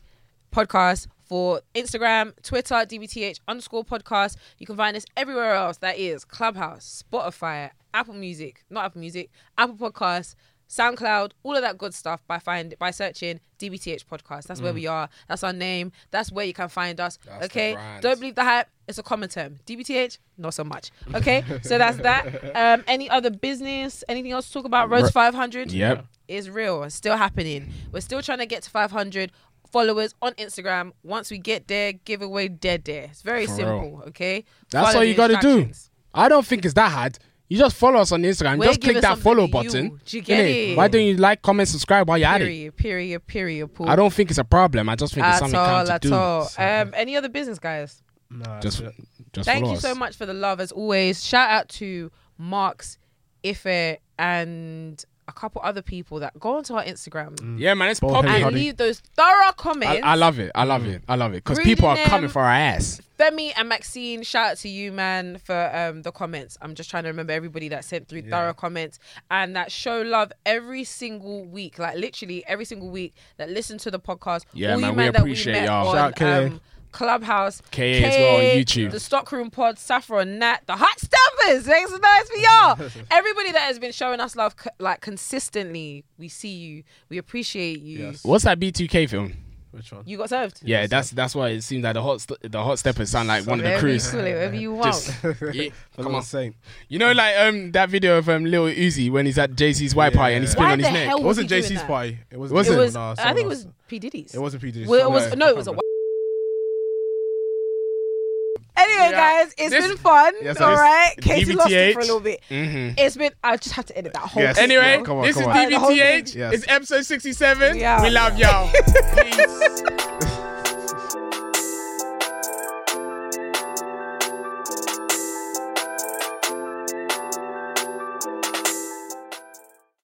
C: Podcast for Instagram, Twitter, DBTH underscore podcast. You can find us everywhere else. That is Clubhouse, Spotify, Apple Music, not Apple Music, Apple Podcasts, SoundCloud, all of that good stuff by find by searching DBTH Podcast. That's where we are. That's our name. That's where you can find us.
A: Mm. That's the
C: okay.
A: brand.
C: Don't believe the hype. It's a common term. DBTH, not so much. Okay. so that's that. Um, any other business? Anything else to talk about? Roads
A: Ro-
C: 500?
A: Yep.
C: is real. It's still happening. We're still trying to get to 500 followers on Instagram. Once we get there, give away dead there. It's very
A: For
C: simple, okay?
A: That's
C: Follow
A: all
C: the
A: you gotta do.
C: instructions.
A: I don't think it's that hard. You just follow us on Instagram.
C: We're
A: just
C: giving
A: click that
C: something
A: follow
C: to
A: button.
C: you. Do you get
A: innit?
C: it?
A: Why don't you like, comment, subscribe while you're at it?
C: Period, period, period. Paul.
A: I don't think it's a problem. I just think it's
C: at
A: something
C: all,
A: to
C: at
A: do.
C: all. Um, any other business, guys?
B: Nah,
A: Just,
B: that's it.
A: just
C: Thank
A: follow
C: you
A: us.
C: so much for the love as always. Shout out to Marks, Ife, and a couple other people that go onto our Instagram
A: Yeah, man, it's
B: Ball
A: popping.
B: head
C: and
B: Howdy.
C: leave those thorough
A: I,
C: comments.
A: I love it. I love it. I love it. Because people are
C: Reading them.
A: coming for our ass.
C: Femi and Maxine, shout out to you, man, for um, the comments. I'm just trying to remember everybody that sent through thorough comments and that show love every single week, like literally every single week that listen to the podcast.
A: Yeah,
C: All you
A: man, we
C: men
A: appreciate
C: met
A: y'all.
C: on,
B: Shout out KA.
C: um, Clubhouse,
A: KA as well on
C: KA,
A: YouTube.
C: the Stockroom Pod, Safra and Nat, the Hot Stampers. Thanks so nice for y'all. Everybody that has been showing us love co- like consistently, we see you, we appreciate you.
B: Yes.
A: What's that B2K film?
B: Which one?
C: You got served.
A: Yeah, that's that's why it seems like the hot st- the hot steppers sound like one of the
C: Whatever you
A: crews.
C: call it, whatever you want.
A: Yeah,
B: Come
A: come on.
B: on, Saint.
A: You know, like um that video of um Lil Uzi when he's at JC's white party and he's spinning
C: Why
A: on his
C: the
A: neck.
C: hell
B: It
C: was
B: wasn't
C: he doing
B: JC's
C: that?
B: party. It was.
A: Was
C: It
A: it?
C: was.
B: Nah,
C: I
B: someone
C: think it was
B: else.
C: P Diddy's.
B: It wasn't PD's.
C: Well, it was no, it was a. Anyway,
A: Yeah.
C: guys, it's
A: This-
C: been fun.
B: Yes,
C: all
B: yes.
C: right, Katie
B: E
C: lost it
A: DBTH.
C: for a little bit.
A: Mhm.
C: It's been. I just had to edit that whole.
B: Yes.
C: thing,
A: Anyway,
B: No, come on,
A: this
B: come
A: is
B: on.
C: Uh, the whole thing.
A: DBTH.
B: Yes.
A: It's episode 67.
C: Yeah.
A: We love y'all. Peace.
B: a.